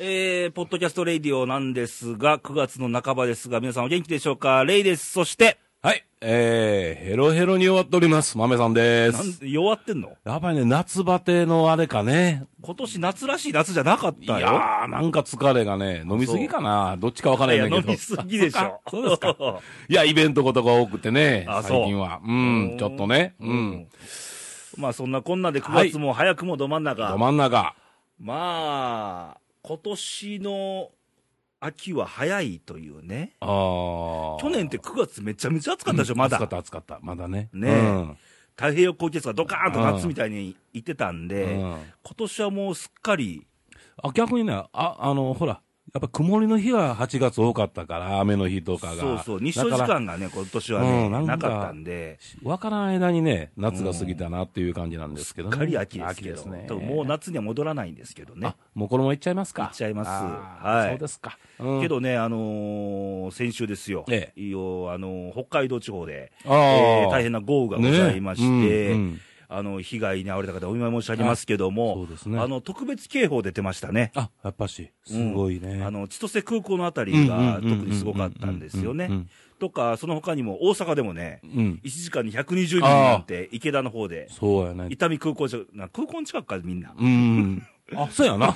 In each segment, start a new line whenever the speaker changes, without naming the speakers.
えー、ポッドキャストレイディオなんですが、9月の半ばですが、皆さんお元気でしょうかレイです。そして、
はい。えー、ヘロヘロに終わっております。豆さんで
なん
す。
弱ってんの
やっぱりね、夏バテのあれかね。
今年夏らしい夏じゃなかっ
い
たよ。
やー、なんか疲れがね、飲みすぎかな。どっちかわから
い
な
や
いんだ
飲
けど。
みすぎでし ょ。そうですか。
いや、イベントことが多くてね、
あそう
最近は。うん、ちょっとね。うん。
まあそんなこんなで
は
9
い
月も早くもど真ん中。
ど真ん中。
まあ、今年の秋は早いというね。
あー
去年って9月めちゃめちゃ暑かったでしょ、まだ
暑か。った、暑かった。まだね。
ねえ太平洋高気圧がドカーンと夏みたいに行ってたん
え
で、
うん。
今年はもうすっかり、
あ、逆にね、あ、あの、ほら、やっぱ曇りの日が8月多かったから、雨の日とかが。
そうそう、日照時
だから
間がね、今年はね、
うんな
なん
か
かったんで、
わからん間にね、夏が過ぎたなっていう感じなんですけど
すっ
ね。
かり秋ですけど、
ね
多分もう夏には戻らないんですけどね
あ。、もうこのままいっちゃいますか。
いっちゃいます
あー
はい
そうですか。うん
け、どね、あのー先週ですよ、
え
いよあのー北海道地方で、
あー
えー大変な豪雨がございまして、
ねうんうん
あの被害に遭われた方、お見舞い申し上げますけども、
あそうですね
あの特別警報出てましたね。
あ、やっぱし、すごいね。
あの千歳空港のあたりが
うんうんうんうん
特にすごかったんですよ
うんう
ね
ん。
とか、その他にも大阪でもね、
うん。
1時間に120人なんて、池田の方で、
そうやね
伊。丹空港じゃな空港の近くからみんな。
うん。あ、そう やな。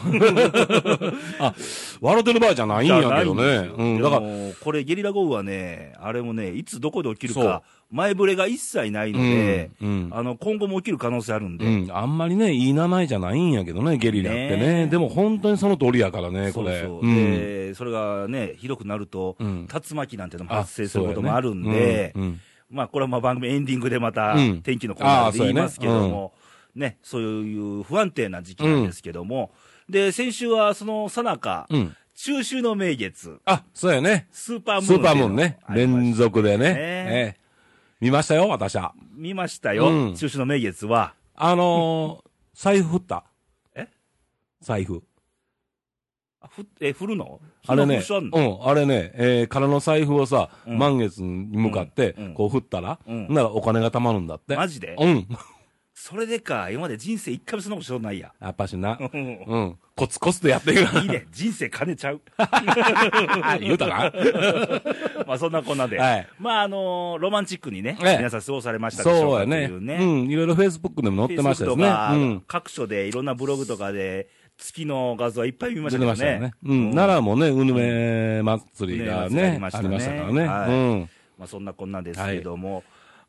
あ、笑ってる場合じゃないんやけどね。うん。
だ
だ
か
から、
これ、ゲリラ豪雨はね、あれもね、いつどこで起きる
そ
か
う、
前触れが一切ないので、
うんうん
あの今後も起きる可能性あるんで、
うん、あんまりね、いい名前じゃないんやけどね、ゲリラっ
ね
てね。でも本当にその通りやからね、
そ
こ
う
れ。
そう、
ん。
でそれがね、ひどくなると、
うん
竜巻なんてのも
あ
発生すること
そう
も
やね
あるんで、
うんうん
まあ、これはまあ番組エンディングでまた
うん
天気のコーナーで言い
ああ
ますけども、ね、そういう不安定な時期なんですけども、で、先週はそのさなか
うん、
中秋の名月、
あ、そうやね。
スーパームーン
スーパームーンね。
っていうのがありました
連続でね。
ね
ええ見ましたよ、私は。
見ましたよ、
うん
中秋の名月は。
あの ー、財布振った。
え
財布。
あふえ、降るのそ
あれ
んな
ね、
風習んの
うん、あれね、えー空の財布をさ、
うん
満月に向かって
うんうん、
こう振ったら、
うん
ならお金が貯まるんだって。
マジで
うん。
それでか、今まで人生一回もそんなことしたことない や。
やっぱしな。
うん
うん。コツコツと やっていく
いいね、人生金ちゃう。
な。言うたな。
まあそんなこんなで、
はい
まああのーロマンチックにね、
ええ
皆さん過ごされましたでしょう
そう
か
や
という
ね。う
ね。
ん。いろいろフェイスブックでも載ってましたで
Facebook
すね。
とか
うん。
各所でいろんなブログとかで、月の画像はいっぱい見まし
出
たけど
てました
ね。
よね。うん。奈良もね、うぬめ祭りが
うぬめ祭りあり
ね、
ました
あ
ね
りましたか
は
ら
い
ね。
まあそんなこんなですけども、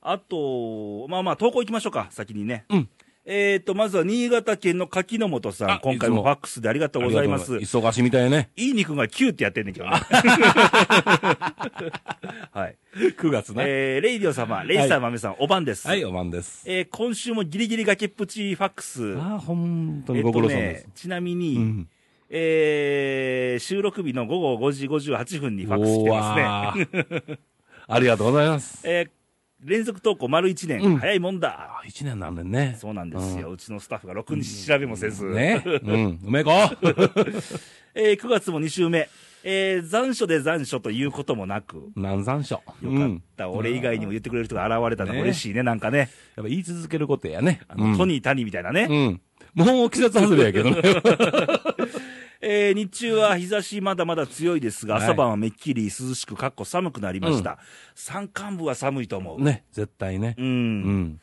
あと、まあまあ投稿行きましょうか、先にね。
うん
えっと、まずは新潟県の柿の本さん
あ、
今回も
いつも
ファックスでありがと
う。
うんございます
あり。がとうございます忙しいみたいね。
いい肉がキューってやってんねんけどね。 はい。
9月ね。
えー、レイディオ様、レイサー豆さん、おばんです。
はい、おまんです。
えー今週もギリギリ崖っぷちファックス。
ああ、本当にご苦労さん
えっ
で
と
す
ね。、ちなみに、
うん
えー収録日の午後5時58分にファックス来てますね。
ね。ありがとうございます。
えー連続投稿丸1年、
うん
早いもんだ。
あ、一年なんでね。
そうなんですよ。うちのスタッフがろくに調べもせず。
ね。うん。うめえ子
えー9月も2週目。えー残暑で残暑ということもなく、よ
南山椒。
かった。俺以外にも言ってくれる人が現れたのが嬉しいね、なんかね。
やっぱ言い続けることやね。
あの、トニー・タニーみたいなね。
うん。もう季節外れやけどね。
えー日中は日差しまだまだ強いですが、
はい
朝晩はめっきり涼しく、かっこ寒くなりました。山間部は寒いと思う。
ね、絶対ね
う。。
うんん。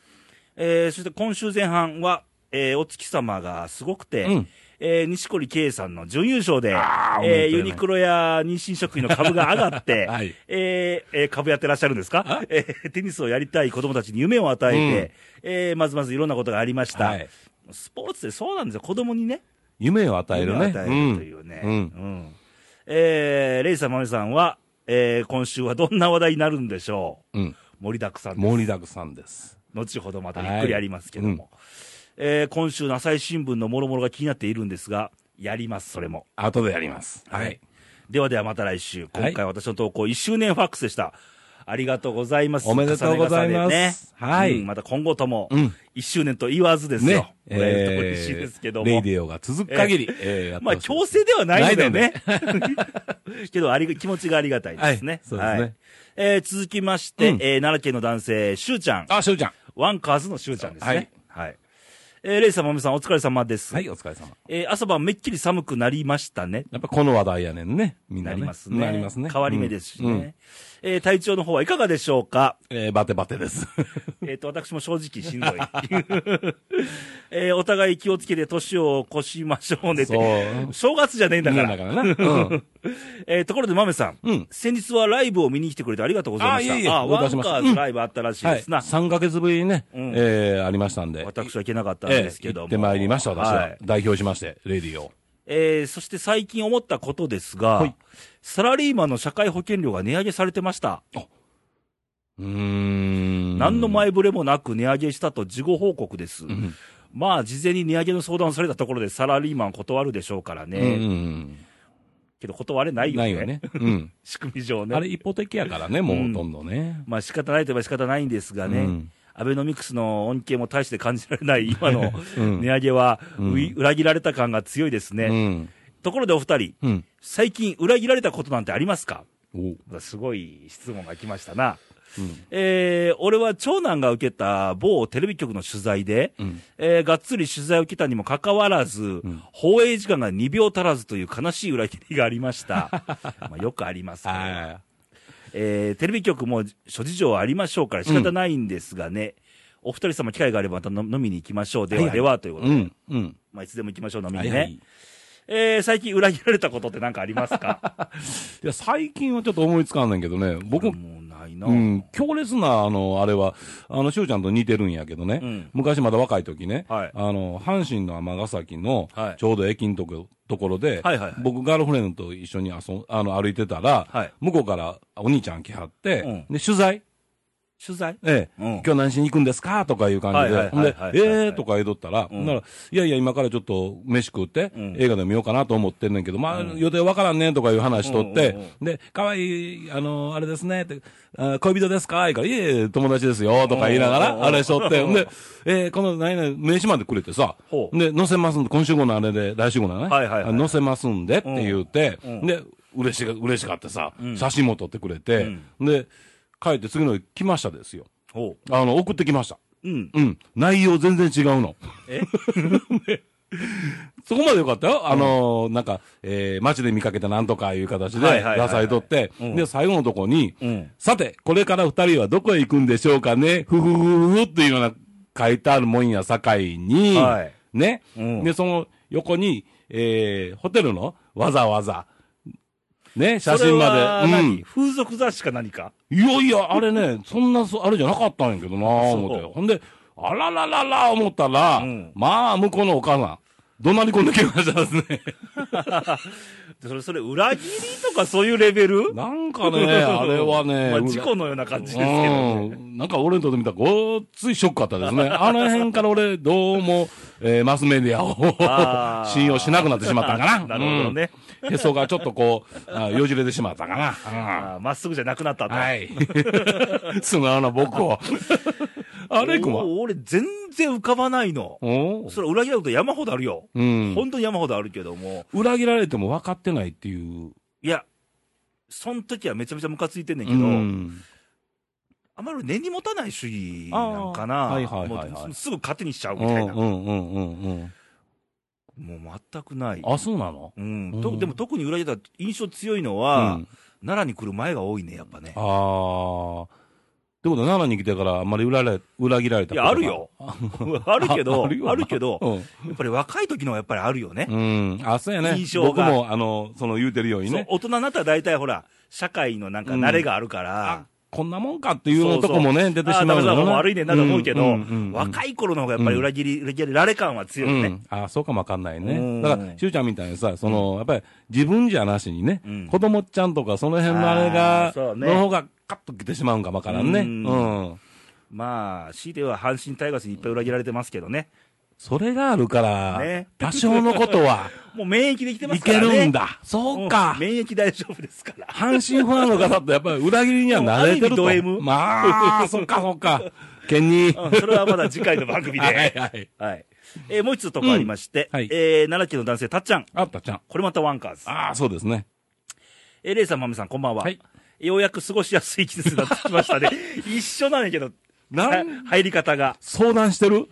えーそして今週前半は、えーお月様がすごくて、
うん
えー錦織圭さんの準優勝で、
あーおめで
えー
とう
ユ
ございます
ニクロや日清食品の株が上がって、
はい
えーえー株やってらっしゃるんですか、えーテニスをやりたい子供たちに夢を与えて、えーまずまずいろんなことがありました。
はい
スポーツってそうなんですよ、子供にね。
夢を与える
夢
ね。
を与えるというね。
うんうん
んえーレイさん、マメさんは、えー今週はどんな話題になるんでしょう
うん。
盛りだくさんです。
盛りだくさんです。
後ほどまたゆっくりやりますけども。えー今週の朝日新聞のもろもろが気になっているんですが、やります、それも。
後でやります。はい。
ではではまた来週。
はい
今回私の投稿1周年ファックスでした。ありがとうございます。
おめでとうござい
重ね
ます
重ねね、は、
はいい
また今後とも
うん、
1周年と言わずですよ。
ね。
もらえると嬉しいですけども。
レイディオが続く限り、えーやって
まあ
ほしい
強制ではないのでね。 けどあり、気持ちがありがたいですね。
はいそうですね
えー続きまして、
うん
えー奈良県の男性、しゅうちゃん。
あ、しゅうちゃん。
ワンカーズのしゅうちゃんですね。はい。えーレイさん、まめさん、お疲れ様です。
はい、お疲れ様。
えー朝晩めっきり寒くなりましたね。
やっぱこの話題やねんね。みんな、
な
ね。
りますね。
なりますね。
変わり目ですしね。
うんうん
えー体調の方はいかがでしょうか
えーバテバテです。
えっ、と、私も正直しんどい。 えーお互い気をつけて年を越しましょうねって。
そう
正月じゃねえんだから。
なんだからな。うん。
えーところで、まめさん,、
うん
先日はライブを見に来てくれてありがとうございました。
あいえいえ
あ
お伺
ワ
いし
ン
ました
カーズライブあったらしい
は
で
い。
すな。
3ヶ月ぶりにね、
うん
えーありましたんで。
私は行けなかったんですけども。
ええ行ってまいりました、私は。
はい
代表しまして、レディを。
えーそして最近思ったことですが、
はい
サラリーマンの社会保険料が値上げされてました。
うーん。
何の前触れもなく値上げしたと事後報告です。
うん
まあ、事前に値上げの相談をされたところでサラリーマン断るでしょうからね。
うんうん
けど断れな
う
い
ん。
よね。
ないよね。うん。
仕組み 上ね。
あれ、一方的やからね、もうほとんどね。
まあ仕方ないといえば仕方ないんですがね、
うん
アベノミクスの恩恵も大して感じられない今 の
うん
値上げは、
うん
うい裏切られた感が強いですね。
うん。
ところでお二人、
うん。
最近裏切られたことなんてありますか
おうん。
すごい質問が来ましたな。えー俺は長男が受けた某テレビ局の取材で、
うん
えーがっつり取材を受けたにもかかわらず、放映時間が2秒足らずという悲しい裏切りがありま した。まあよくありますね
あ
えーテレビ局も諸事情はありましょうから仕方ないんですがね、お二人様機会があればまた飲飲みに行きましょう。ではでは、というこ
あ。
と
う
で、
ん。うん。
まあいつでも行きましょう、飲みに
は
ね。
いはい。
えー最近裏切られたことって何かありますか
いや、最近はちょっと思いつかんねんけどね、僕も、
もうないな。
うん、強烈な、あの、あれは、あの、しゅうちゃんと似てるんやけどね、
うん
昔まだ若い時ね、
はい
あの、阪神の尼崎の
はい、
ちょうど駅のとこところで、
はいはいはい
僕、ガールフレンドと一緒に遊んあの歩いてたら、
はい
向こうからお兄ちゃん来はって、
うん
で、取材、
取材
ええ、
うん
今日何しに行くんですかとかいう感じ
はい
で、
はいはいはい
ほんで、
はいはい
えーとか言うとったら、
うん
なら、いやいや、今からちょっと飯食って、
うん
映画でも見ようかなと思ってんねんけど、まあ、予定わからんねんとかいう話しとって、
うんうん
で、可愛い、あの、あれですね、って、あ恋人ですかいから、いえいえ、友達ですよ、とか言いなが
うんうんう
ら、
ん
あれしとって、ほんで、えーこの、何々、名刺までくれてさ
ほ、う
で、載せますんで、今週号のあれで、来週号のね、
はいはいはい
あ載せますんでって言うて、
うん
で、嬉しが、嬉しかってさ、写真も撮ってくれて、で、帰って次の日来ましたですよ。
ほ
あの、送ってきました。
う。うん。
うん。内容全然違うの。
え
そこまでよかったよ。あのーなんか、えー街で見かけたなんとかいう形
はいはい
で
はいはい
野菜取って、
うん
で、最後のとこに、
うん
さて、これから二人はどこへ行くんでしょうかねふふふふふっていうような書いてあるもんや、境に、
はい
ね、
うん
で、その横に、えーホテルのわざわざ、ね、写真
それは
まで。う
何
ん。
風俗雑誌か何か
いやいや、あれね、そんな、そあれじゃなかったんやけどなぁ、
そう
思って。ほんで、あらららら、思ったら、
うん
まあ、向こうのお母さん、怒鳴り込んできましたで すね。
それ、それ、裏切りとかそういうレベル
なん かね、あれはね、
まあ
うら
事故のような感じですけどね。
うんなんか俺にとってみたらごっついショックあったです ね。あの辺から俺、どうも、えーマスメディア
あ
を
ー
信用しなくなってしまったんか
な
な。
るほどね。
うんへそがちょっとこう、あよじれてしまったかな。うん
あーまっすぐじゃなくなったと。
はい。素直な僕を。あれくんは
おー俺、全然浮かばないの。
お
それ、裏切られること山ほどあるよ。
うん。
本当に山ほどあるけども。
裏切られても分かってないっていう。
いや、その時はめちゃめちゃムカついてんねんけ
う
ど、
ん。
あんまり根に持たない主義なんかな。
あーはいはいはいはい
もうすぐ糧にしちゃう
う
みたい
ん
な。
うんうんうん
もう全くない。
あ、そうなの
うん、
う
と
ん
でも特に裏切った印象強いのは、
うん
奈良に来る前が多いね、やっぱね
あ。あ。ってことは奈良に来てからあんまり裏られ裏切られた
い
こと
や、
が
ある。よ。 あるけど、あ
ある
る
よな
けど、
うん
やっぱり若い時の方がやっぱりあるよね。
うん。あ、そうやね。
印象が
僕も、あの、その言うてるように
そう
ね。
大人になったら大体ほら、社会のなんか慣れがあるから、
こんなもんかっていうようなとこもね、出てしまう
あーダメだ
よ
も
ね。
う悪いねんなと思うけど、
んんん
若い頃の方がやっぱり裏切り、裏切られ感は強いよね。
うん、ああ、そうかもわかんない
うん
ね。だから、しゅうちゃんみたいにさ、その、やっぱり自分じゃなしにね、
うん
子供ちゃんとかその辺のあれ
あー
が、
そうね
の方がカッと来てしまうんかもわからんね。
う
うんん。
まあ、強いては阪神タイガースにいっぱい裏切られてますけどね。
それがあるから、
ね
多少のことは、
もう免疫できてま
い
すか
け
らね。
るんだ。そうか
うん。免疫大丈夫ですから。
阪神ファンの方ってやっぱり裏切りには慣れてる
もう
と。
ある意味ド M
まあ、そっかそっか。ケニー。
うんそれはまだ次回の番組で。
は
はいい、
はい。
えーもう一つとこありまして、
うんはい
えー奈良県の男性、たっちゃん。
あったちゃん。
これまたワンカーズ。
ああ、そうですね。
えー、レイさん、まめさん、こんばんは。
はい
ようやく過ごしやすい季節になってきましたね。一緒なんやけど、
な
は
ん、
入り方が。
相談してる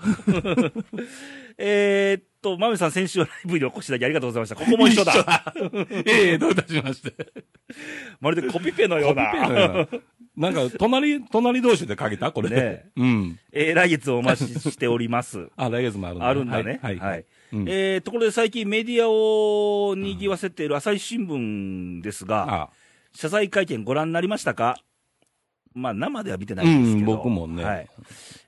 えーっと、まめさん先週はライブにお越しいただきありがとうございました。ここも 一緒だ。
だ。ええどういたしまして。
まるでコピペのような。
なんか、隣、隣同士でかけたこれ。
ねえ
うん。
えー来月をお待ちしており ます。
あ、来月もあるんだ。
あるんだね。
は。
はいい。
はいうん
えーところで最近メディアを賑わせている朝日新聞ですが、
あ
謝罪会見ご覧になりましたかまあ生では見てな
う
いんですけ
ん、
ど。
僕もね。
はい。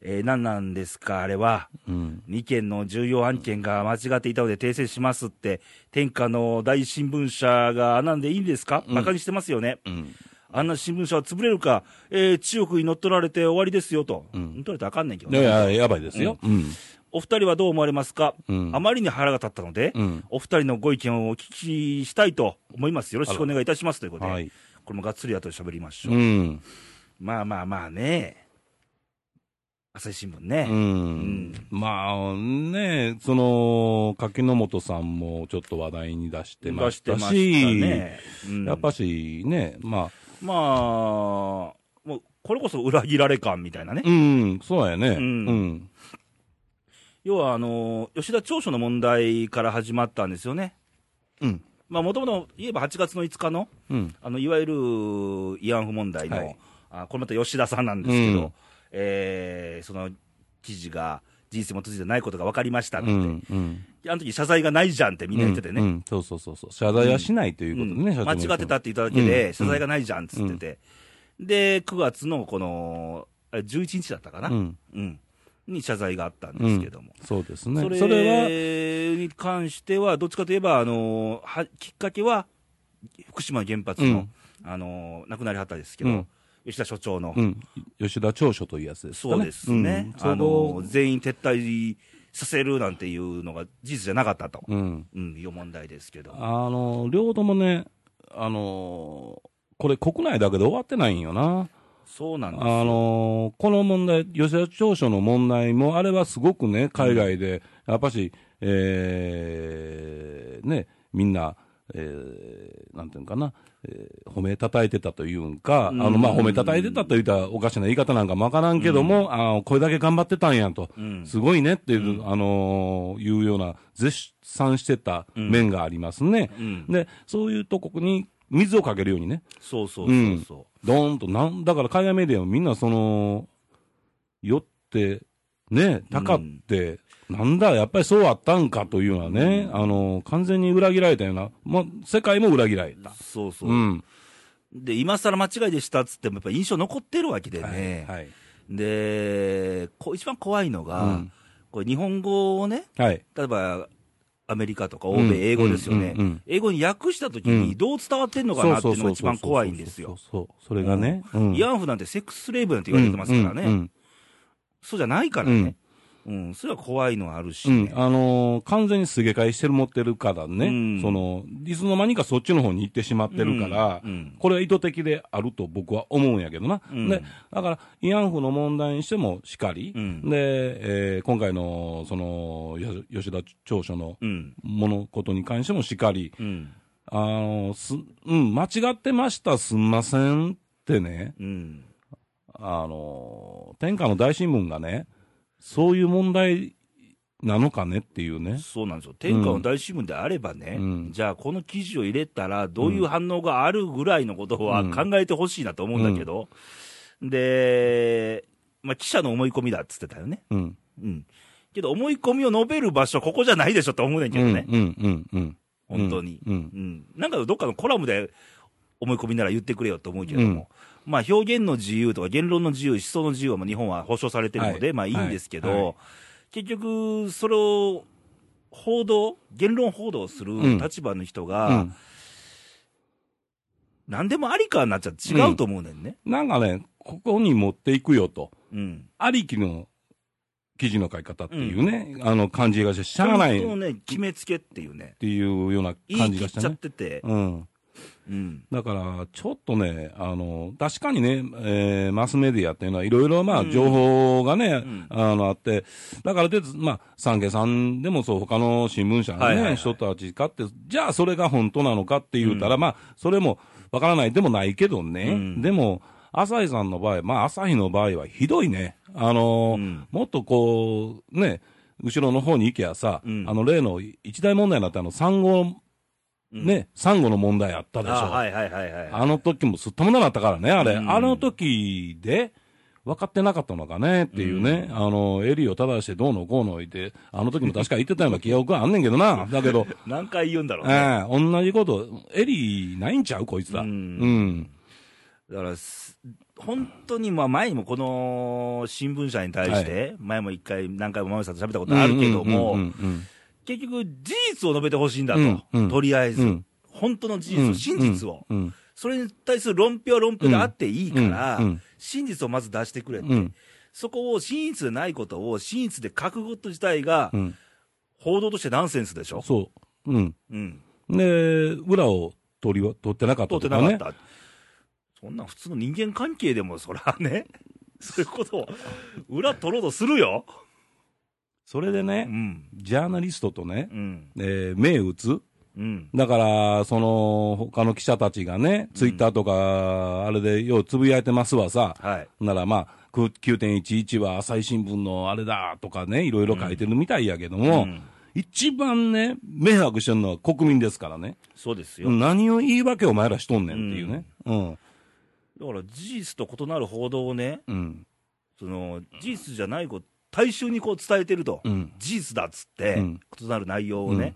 えー何なんですかあれは。
うん。
2件の重要案件が間違っていたので訂正しますって、天下の大新聞社があんなんでいいんですか、
うん
馬鹿にしてますよね、
うん。
あんな新聞社は潰れるか、えー中国に乗っ取られて終わりですよと、
うん
乗っ取られたらあかんねんけど
い
ね、
やいや、やばいですよ。うん。
お二人はどう思われますか、
うん
あまりに腹が立ったので、
うん。
お二人のご意見をお聞きしたいと思います、よろしくお願いいたしますということで、
はい。
これもがっつり後で喋りましょう、
うん。
まあまあまあね、朝日新聞ね。
うんまあね、その、柿本さんもちょっと話題に出してま
出
し
して
た
ました
し、
ね、うん
やっぱしね、まあ、
まあ、もう、これこそ裏切られ感みたいなね。
うん、そうやね。う
うんん。要は、あの、吉田長所の問題から始まったんですよね。
うん。
まあ、もともと言えば8月の5日の、
うん。
あの、いわゆる慰安婦問題の、
はい
あこれまた吉田さんなんですけど、
うん
えーその記事が、人生も続いてないことが分かりましたって、
うん。うん。
あの時謝罪がないじゃんってみんな言っててね。
うんうんそうそうそうそう。謝罪はしないということでね、
うん
社長も
間
言
違ってたって言っただけ
うん
で、謝罪がないじゃんっつってて、で、9月のこの、あれ11日だったかな、
うん。
うん、に謝罪があったんですけども、
そうですね。
そ
そ
れ
れは、
に関しては、どっちかといえば、あのはきっかけは福島原発の、あの亡くなりはったですけど、
うん
吉田所長の、
うん。吉田長所というやつですかね。
そうですね、
うん
あの
その
全員撤退させるなんていうのが事実じゃなかったと、
うん。
うん、いう問題ですけど、
あの、両ともね、あの、これ国内だけで終わってないんよな。
そうなんですよ
あのーこの問題、吉田長所の問題も、あれはすごくね、海外で、やっぱし、えーね、みんな、えーなんていうのかな、えー褒めたたえてたというんか、あの、まあ、
うん
褒めたたえてたと言ったらおかしな言い方なんかもわからんけども、あのこれだけ頑張ってたんやと、
うん
すごいねっていう、あのーいうような、絶賛してた面がありますね。
うん、
で、そういうとこに水をかけるようにね、
そうそうそうそう。
どーンとなん、だから海外メディアもみんなその、酔って、ね、たかって、なんだ、やっぱりそうあったんかというのはね、あの、完全に裏切られたような、まあ、世界も裏切られた。
そうそう
う。ん。
で、今更間違いでしたっつっても、やっぱ印象残ってるわけでね。
はい。
で、こ一番怖いのが、
うん
これ日本語をね、
はい。
例えばアメリカとか欧米、英語ですよね、
うんうんうん
英語に訳したとき
う
に
ん
どう伝わってんのかなっていうのが一番怖いんですよ。。
そうそう、それがね。うん
慰安婦なんてセックススレイブなんて言われてますからね、
うんうん
そうじゃないからね、うんそれは怖いのはあるし
う
ね、
ん、あのー完全にすげ替えしてる持ってるからね、
うん
その、いつの間にかそっちの方に行ってしまってるから、
うんうん
これは意図的であると僕は思うんやけどな。
うん
で、だから、慰安婦の問題にしてもしかり、
うん
で、えー今回の、その、よ吉田長所の
うん、
ものことに関してもしかり、
うん、
あのーす、うん、間違ってました、すんませんってね、
うん、
あのー天下の大新聞がね、そういう問題なのかねっていうね。
そうなんですよ、天下の大新聞であればね、
うん
じゃあ、この記事を入れたら、どういう反応があるぐらいのことは
うん
考えてほしいなと思うんだけど、で、まあ、記者の思い込みだっつってたよね、
うん。
うん、けど、思い込みを述べる場所、ここじゃないでしょって思うねんけどね、
うんうんうんうん。
本当に、
う
うん
ん。
なんかどっかのコラムで思い込みなら言ってくれよと思うけれども、まあ、表現の自由とか言論の自由、思想の自由はもう日本は保障されてるので、
はい
まあいいんですけど、
はいはい
結局、それを報道、言論報道す
うん
る立場の人
う
が、
ん
何でもありかになっちゃ違うと思うねんね。
なんかね、ここに持っていくよと。
うん。
ありきの記事の書き方っていうね、あの感じがして、しゃあない
それを
っ
ね、決めつけっていうね、
ていうような
言
感
い
じ
切
が
っ
した
ちゃっ
ね。
てて、
うん。
うん。
だから、ちょっとね、あの、確かにね、えーマスメディアっていうのは、いろいろ、まあ、
うん
情報がね、
ん
あの、あって、だからで、まあ、産経さんでもそう、他の新聞社のね、
はいはいはい
人たちかって、じゃあ、それが本当なのかって言うたら、まあ、それもわからないでもないけどね、
うん
でも、朝日さんの場合、まあ、朝日の場合はひどいね。あのー
うん
もっとこう、ね、後ろの方に行けばさ、
うん
あの、例の一大問題になったあの、産後、
うん
ね、産後の問題あったでしょ。
あはいはいはいはい。
あの時もすったもんだなったからね、あれ。
うん
あの時で、分かってなかったのかねっていうね、あの、襟を正してどうのこうの言って、あの時も確か言ってたような記憶はあんねんけどな。だけど、
何回言うんだろうね。
ええ同じこと、襟ないんちゃうこいつら。う
うん
ん。
だからす、本当に、まあ、前にもこの新聞社に対して、前も一回、何回も真美さんと喋ったことあるけども、
うんうん
結局、事実を述べてほしいんだと、
うんうん
とりあえず、
うん
本当の事
うんう
実
ん
を、
うん
真実を、
うん
それに対する論評は論評であっていいから、
うんうん
真実をまず出してくれって、
うん
そこを真実でないことを真実で書くこと自体が
う、ん
報道としてナンセンスでしょ、
そう。うん。
うん、
で、裏を取りは、取ってなかった
通って
と
な
か
かっ
ね。
た、そんなん普通の人間関係でも、そらね、 そういうことを裏取ろうとするよ。
それで
う
ね、
ん
ジャーナリストとね、
うん
えー目打つ
うん
だから、その、他の記者たちがね、ツイッターとか、あれでようつぶやいてますわさ、
はい
ならまあ、く9.11は朝日新聞のあれだとかね、いろいろ書いてるみたいやけども、
うん
一番ね、迷惑してるのは国民ですからね。
そうですよ、
何を言い訳お前らしとんねんっていうね。うん。
だから事実と異なる報道をね、
うん。
その事実じゃないこと、大衆にこう伝えてると、
うん。
事実だっつって、
うん
異なる内容をね、
うん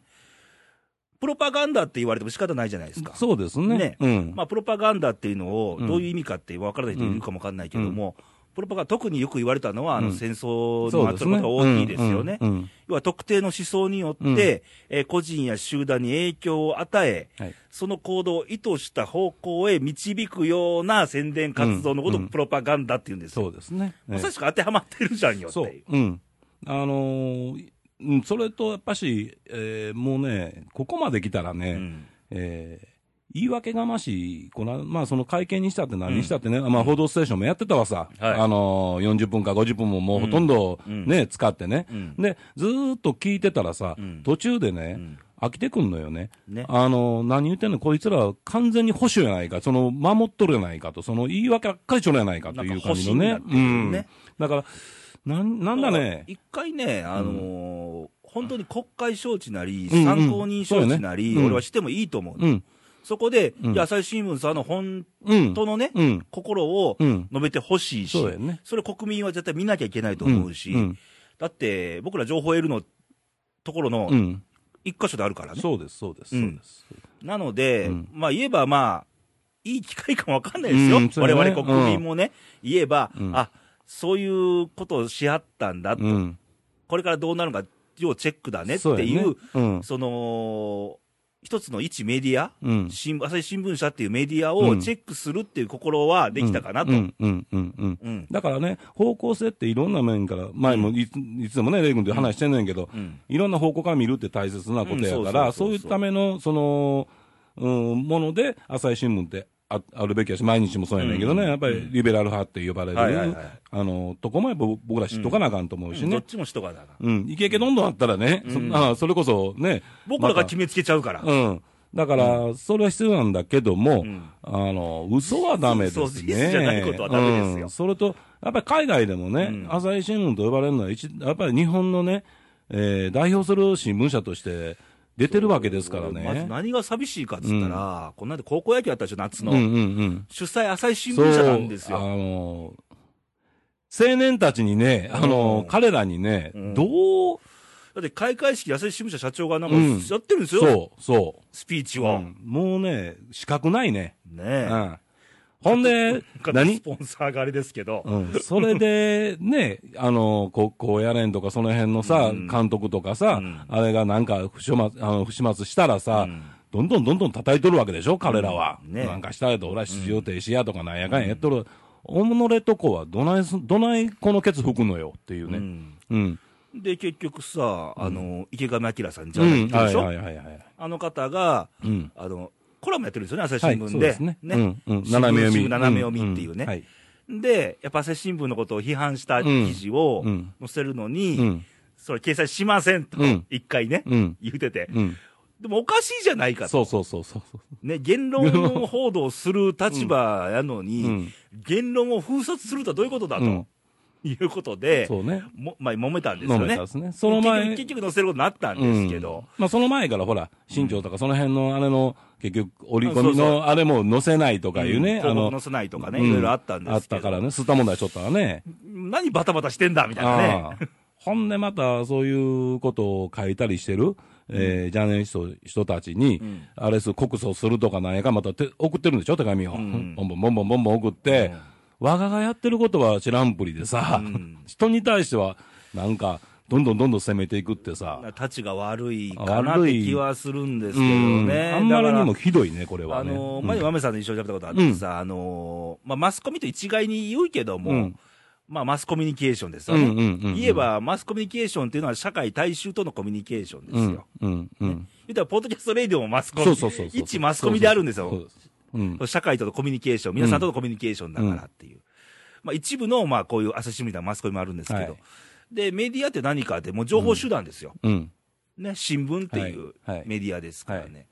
プロパガンダって言われても仕方ないじゃないですか。
そうですね。
ね
うん。
まあ、プロパガンダっていうのを
うん
どういう意味かって分からない人いるかも分かんないけども、プロパガンダ、特によく言われたのは、あ
う
の
ん
戦争
そ
の
う
後のことが大きいですよね。
うんうん
要は特定の思想によって、
うん
えー個人や集団に影響を与え、
はい
その行動を意図した方向へ導くような宣伝活動のことを
うん
プロパガンダっていうんですよ。
そうですね。
まさしく当てはまってるじゃんよって
そ
いう
う。、うん、あのーうんそれとやっぱし、えーもうね、ここまで来たらね、
うん
えー言い訳がましい、このまあ、その会見にしたって何にしたってね、まあ、報道ステーションもやってたわさ、
はい
あのー40分か50分ももうほとんど、
うん
ね使ってね、
うん
でずーっと聞いてたらさ、
うん
途中でね、
うん
飽きてくんのよね。
ね
あのー、何言ってんのこいつら完全に保守やないか、その、守っとるやないかと、その言い訳ばっかりしとるやないかという感じの
な
ね
ん。か保身になってるよね
うん。だから、なん、なんだね。
一回ね、あのー本当に国会招致なり、
うんうん
参考人招致なり、
そうねうん
俺はしてもいいと思う、
うん。
そこで、
うん
いや朝日新聞さんの本
うん。
当のね、
うん。
心を
うん。
述べてほしいし、
そうやね。
それ国民は絶対見なきゃいけないと思うし、
ん
だって僕ら情報を得るのところの
うん。うん
一箇所であるからね、
そうです、そうです、
う
そうんです。
なので、
うん
まあ言えばまあ、いい機会かもわかんないですよ、
うんそう
我
やね
々国民もね、言えば、
うん
あそういうことをしはったんだ、
うん。
これからどうなるのか、要チェックだねって
そや
いう、そ
うん。
の一つの一メディア、
うん。
新朝日新聞社っていうメディア
う
を
ん
チェックするっていう心はできたかなと。
うん。うん。うん。うん。
うん
だからね、方向性っていろんな面から、前もいついつでもね、レイ君と話してんねんけど、
うん
いろんな方向から見るって大切なことやか
うん
ら、
そそうそう
そう
そう
ういうための、その、うん、もので、朝日新聞ってああるべきやし、毎日もそうやねんけどね、
うん
やっぱりリベラル派って呼ばれる、
はいはいはい
あの、とこもやっぱ僕ら知っとかなあかんと思うし
どっ
ね。
ちもしとかなあかん
うん、イケイケどんどんあったらね、そあそれこそね、
僕らが
また
決めつけちゃうから。
うん。だから、それは必要なんだけども、
ん
あの、嘘はダメです
そ
ね。
う事実じゃないことはダメですよ
うんそれと、やっぱり海外でもね、
うん
朝日新聞と呼ばれるのは一、やっぱり日本のね、えー代表する新聞社として出てるわけですからね。
まず何が寂しいかっつったら、この間高校野球やったでしょ、夏の。
うんうん
主催、朝日新
うん。
聞社なんです
あ
よ。
の、青年たちにね、あの、
うん
彼らにね、
うん
どう、
だって開会式で朝日新聞社社長がなんか
うん
やってるんですよ、
そう、そ
スピーチ
う、
を。
うんもうね、資格ないね。
ね
う
え。
ん。ほんで、何
スポンサーがあれですけど。
うん、そ れで、ね、あの、ここうやれんとか、その辺のさ、
うん
監督とかさ、
うん
あれがなんか不始末、あの、不始末したらさ、
うん
どんどんどんどん叩いとるわけでしょ、彼らは。
うんね
なんかしたらと、俺は出場停止やとかなんやかんややっとる。おのれとこは、どないす、どないこのケツ吹くのよっていう
う
ね。
ん
うん。
で、結局さ、あの、池上彰さんじ
う
ゃない
ん。
で
はい
しょ、
はいはいはい。
あの方が、
うん。
あの、コラムやってるんですよね、朝日
は
新
い、そ
聞
う
で。
ですね。
ね
うん、うん。斜め読
新
み。
聞斜め読みっていうね
んんはい。
で、やっぱ朝日新聞のことを批判した記事を
うんうん
載せるのに、
うん。
それ掲載しませんと
うん、
一回ね、
うん。
言うてて、
うん。
でもおかしいじゃないかと。
そうそうそうそうそう。
ね、言論報道する立場やのに、
うん
言論を封殺するとはどういうことだと、
うん
いうことで、
そうね。
もまあ、揉めたんです
飲
よ
め
ね
た。ですね。その
結
前
局、結局載せることになったんですけど、
まあ、その前からほら、新庄とかその辺のあれの、結局、折り込み
そうそう
のあれも載せないとかいうね、
広
あ
告
の、
載せないとかね、
うん
いろいろあったんで
あっ
すけ
た
ど、
からね、吸った問題しとったらね。
何バタバタしてんだみたいなね、
ああほんでまた、そういうことを書いたりしてる、えージャーナリスト人たちに、
ん
あれす、告訴するとかなんやか、また手送ってるんでしょ、手紙を。
ん
ボンボンボンボンボンボン送って、我ががやってることは知らんぷりでさ、人に対しては、なんか、どんどんどんどん攻めていくってさ、
たちが悪いかなっ
悪
て
い
気はするんです
う
けど
ん
ね、
あんまりに
だか
も
ら
ひどいね、これは
あ
ね。
の
うん
前に豆さんと一緒に喋ったことあってさ、あのまあ、マスコミと一概に言うけども、
うん
まあ、マスコミュニケーションですよね、
うんうんうんうん
言えばマスコミュニケーションっていうのは社会大衆とのコミュニケーションですよ、
うんうんうん
言ったら、ポッドキャストレイディオもマスコミ、
そうそうそうそう。
一マスコミであるんですよ、
そうですうん。
社会とのコミュニケーション、皆さんとのコミュニケーションだからっていう、まあ、一部のまあこういう朝日新聞みたいなマスコミもあるんですけど、
はい
でメディアって何かって、もう情報手段ですよ、
うん。
ね、新聞っていう
はいはい
メディアですからね、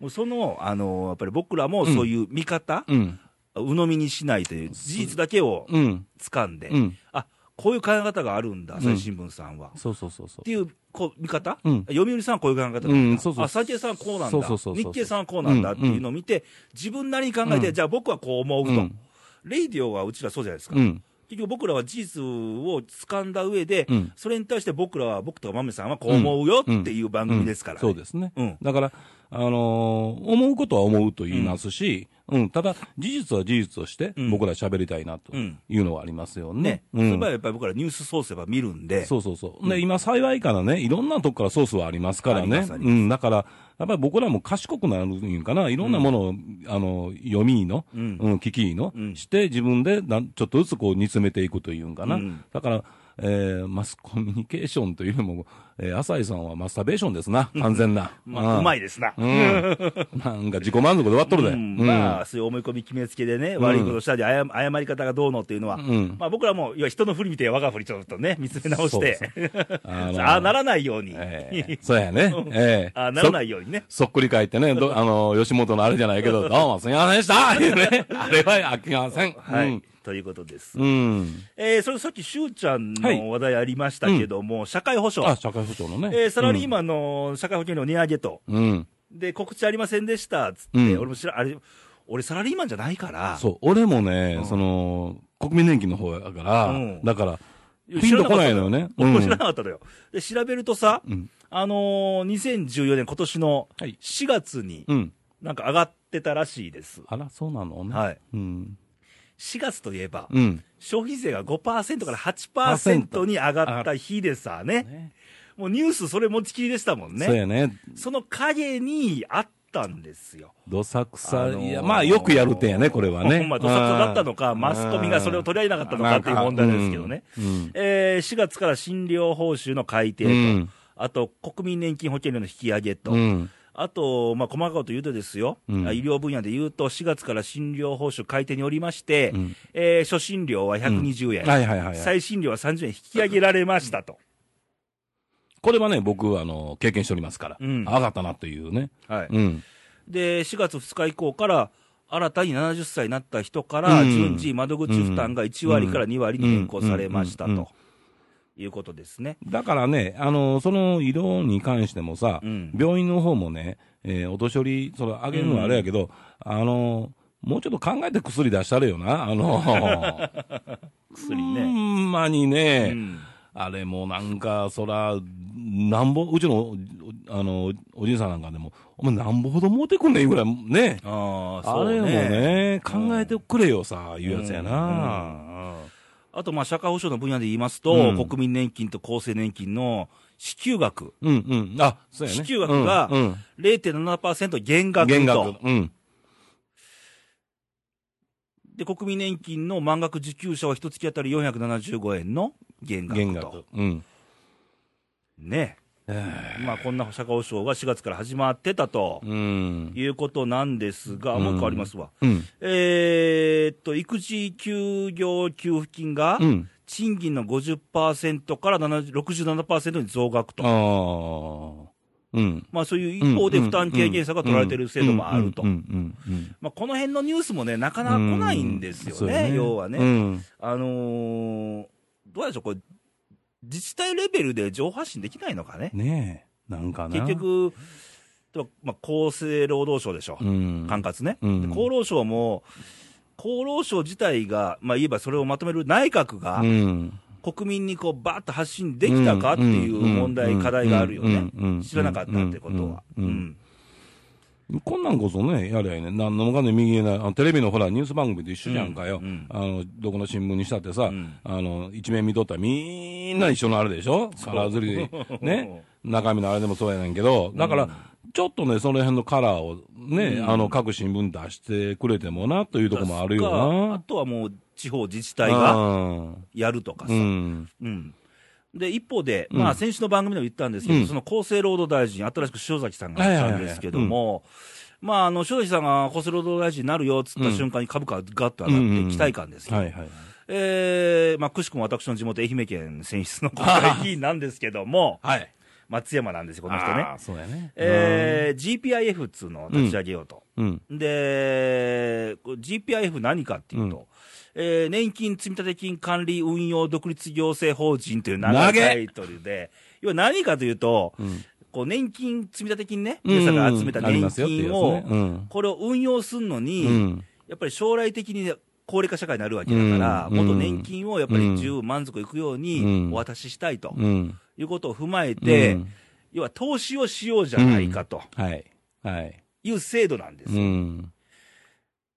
もうその、あのやっぱり僕らもそういう見方、
うん。
鵜呑みにしないという事実だけを
うん。
掴んで、
うん。
あこういう考え方があるんだ、朝日新聞さんは。っ
そうそうそうそう
て。いうこう見方、
うん
読売さんはこういう考え方だ、
うんそうそう
あ朝日さんはこうなんだ
そうそうそうそう
日経さんはこうなんだっていうのを見て、自分なりに考えて、
うん
じゃあ僕はこう思うと、
うん
レイディオはうちらそうじゃないですか、
うん。
結局僕らは事実を掴んだ上で、
うん
それに対して僕らは、僕とかまめさんはこう思うよっていう番組ですから、
そうですね。
うん
だから、あのー思うことは思うと言いますし、うん、ただ、事実は事実として
うん、
僕ら喋りたいなと
うん
いうのはありますよね
ね。
う
そういえ
ん
ばやっぱり僕らニュースソースやっぱ見るんで、
そうそうそう。で、今、幸いからね、いろんなとこからソースはありますから
ありま
ね
す。あり
う
ま
ん、だから、やっぱり僕らも賢くなるんかな、いろんなものを、あの、読みの、
う
うんん、聞きの、
うん
して、自分でなん、ちょっとずつこう煮詰めていくというんかな。
うん
だから、えー、マス コミュニケーションというよりも、えー、浅井さんはマスターベーションですな、完全な。
まあ、うま
い。
いですな。
うん。なんか自己満足で終わっとるで。
うん
うん
まあ、そういう思い込み決めつけでね、悪いことしたり、あや謝り方がどうのっていうのは、
ん
まあ、僕らも、いや、人の振り見て、我が振りちょっとね、見つめ直し
そう
て
で、
あ
あ
あならないように、
えーそうやね。えー
ああならないようにね。
そっくり返ってね、どあの、吉本のあれじゃない けど、どうもすみませんでしたっていうね。あれは飽きません。
はい、ということです。
うん。
えーそれさっき、しゅうちゃん
はい
の話題ありましたけども、社会保
あ、
障、
社会保障のね。
えーサラリーマンの社会保険料値上げと、
うん。
で、告知ありませんでした、つって、
うん
俺も知ら、あれ、俺サラリーマンじゃないから、
そう、俺もね、その、国民年金の方やから、
うん
だから、
いや
ピンとこないのよね。
僕
う
も
ん
知らなかったのよ。で、調べるとさ、
ん
あのー、2014年、今年の
はい
4月に、
うん。
なんか上がってたらしいです。
あら、そうなのね。
はい。
うん。
4月といえば、
うん。
消費税が5%から8%に上がった日でさね、
ね。
もうニュースそれ持ちきりでしたもん
そう
ね。
やね。
その影にあったんですよ。
どさくさ、
あのー
いや、まあ、よくやる点やね、これはね。
ほんま、どさくさだったのか、マスコミがそれを取り上げなかったのかっていう問題ですけどね。
うんうん
えー4月から診療報酬の改定と、
うん
あと国民年金保険料の引き上げと、
うん。
あと、まあ、細かいこと言うとですよ、
うん
あ医療分野で言うと、4月から診療報酬改定におりまして、
うん
えー初診料は120円、
はいはいはいはい。
再診料は30円引き上げられましたと。
これはね、僕、あの、経験しておりますから。
うん
上がったなというね。
はい、
うん。
で、4月2日以降から、新たに70歳になった人から、
うん
順次、窓口負担が1割から2割に変更されました
うんうんうん
ということですね。
だからね、あのその医療に関してもさ、
うん
病院の方もね、えーお年寄り、それ上げるのはあれやけど、あのもうちょっと考えて薬出したれよな、あ の
薬
ほ
ね。
んまにね、
うん
あれもうなんか、そら、なんぼ、うちのおあのおじいさんなんかでも、お前、なんぼほど持ってくんねんぐらい、ね、
ああ、
あ
そう
れもね、
うん
考えてくれよさ、いうやつやな。
あと、まあ、社会保障の分野で言いますと、
うん
国民年金と厚生年金の支給額、
うんうん、あそうやね。
支給額が
うんうん
0.7%減額と
減額、うん、
で、国民年金の満額受給者は一月当たり475円の減額と。
減額。うん
ね。まあ、こんな社会保障が4月から始まってたと
うん。
いうことなんですが、もう一個ありますわ。
うん。
えーっと、育児休業給付金が、
うん。
賃金の50%から70 67%に増額と。
ああ。うん。
まあ、そういう一方で負担軽減策が取られてる制度もあると
うん。うんうんうん
まあ、この辺のニュースもね、なかなか来ないんですよ
そう
ね、要はね。
うん
あのー、どうなんでしょう、これ、自治体レベルで情報発信できないのかね。
ねえ、なんかな。
結、局、とまあ、厚生労働省でしょ
う、ん。
管轄ね。
うん
で厚労省も、厚労省自体が、まあ、言えばそれをまとめる内閣が、
うん。
国民にこうバーッと発信できたかっていう問題、課題があるよね、知らなかったってことは。
う
うんん
こんなんこそね、やりゃいいね。なんのもかんで右へなあのテレビのほら、ニュース番組と一緒じゃんかよ。
うんうん
あの、どこの新聞にしたってさ、
ん
あの、一面見とったらみんな一緒のあれでしょカラー釣りで。 ね。中身のあれでもそうやねんけど、だから、ちょっとね、その辺のカラーをね、あの、各新聞出してくれてもな、というとこもあるよ
かあ
な。
とはもう、地方自治
あ
体が
ー
やるとかさ
う。ん。
うんで、一方で、
うん
まあ、先週の番組でも言ったんですけど、
うん
その厚生労働大臣、新しく塩崎さんが来たんですけども、まあ、あの、塩崎さんが厚生労働大臣になるよっつった瞬間に株価がガッと上がって期待感ですよ。
はいはい。
えーまあ、くしくも私の地元愛媛県選出の国会 議員なんですけども、
はい。
松山なんですよ、こ
こ
の人ね。
そうやね。
えー、GPIF っつうのを立ち上げようと。
うん。
で、こう GPIF 何かっていうと、えー年金積立金管理運用独立行政法人という長い
長い
タイトルで、要は何かというと、
ん
こう年金積立金ね、
うん
皆さんが集めた
あり
年
ますよっていう
金
やつ
を、
ねうん
これを運用するのに、
うん
やっぱり将来的に高齢化社会になるわけだから、
うん
元年金をやっぱ
う
り
ん
十分満足いくよう
う
に
ん
お渡ししたいと
うん。
いうことを踏まえて、
うん
要は投資をしようじゃないかと
はい。はい。
いう制度なんですよ
うん。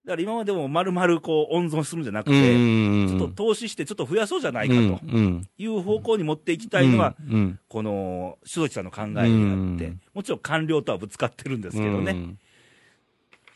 だから今までも丸々こう温存するんじゃなくて、ちょっと
ょ
投資してちょっと増やそうじゃないか
うん
と
うん。
いう方向に持っていきたいのは、
うん、うん
この塩崎さんの考えであって、
うん
もちろん官僚とはぶつかってるんですけどね、
うん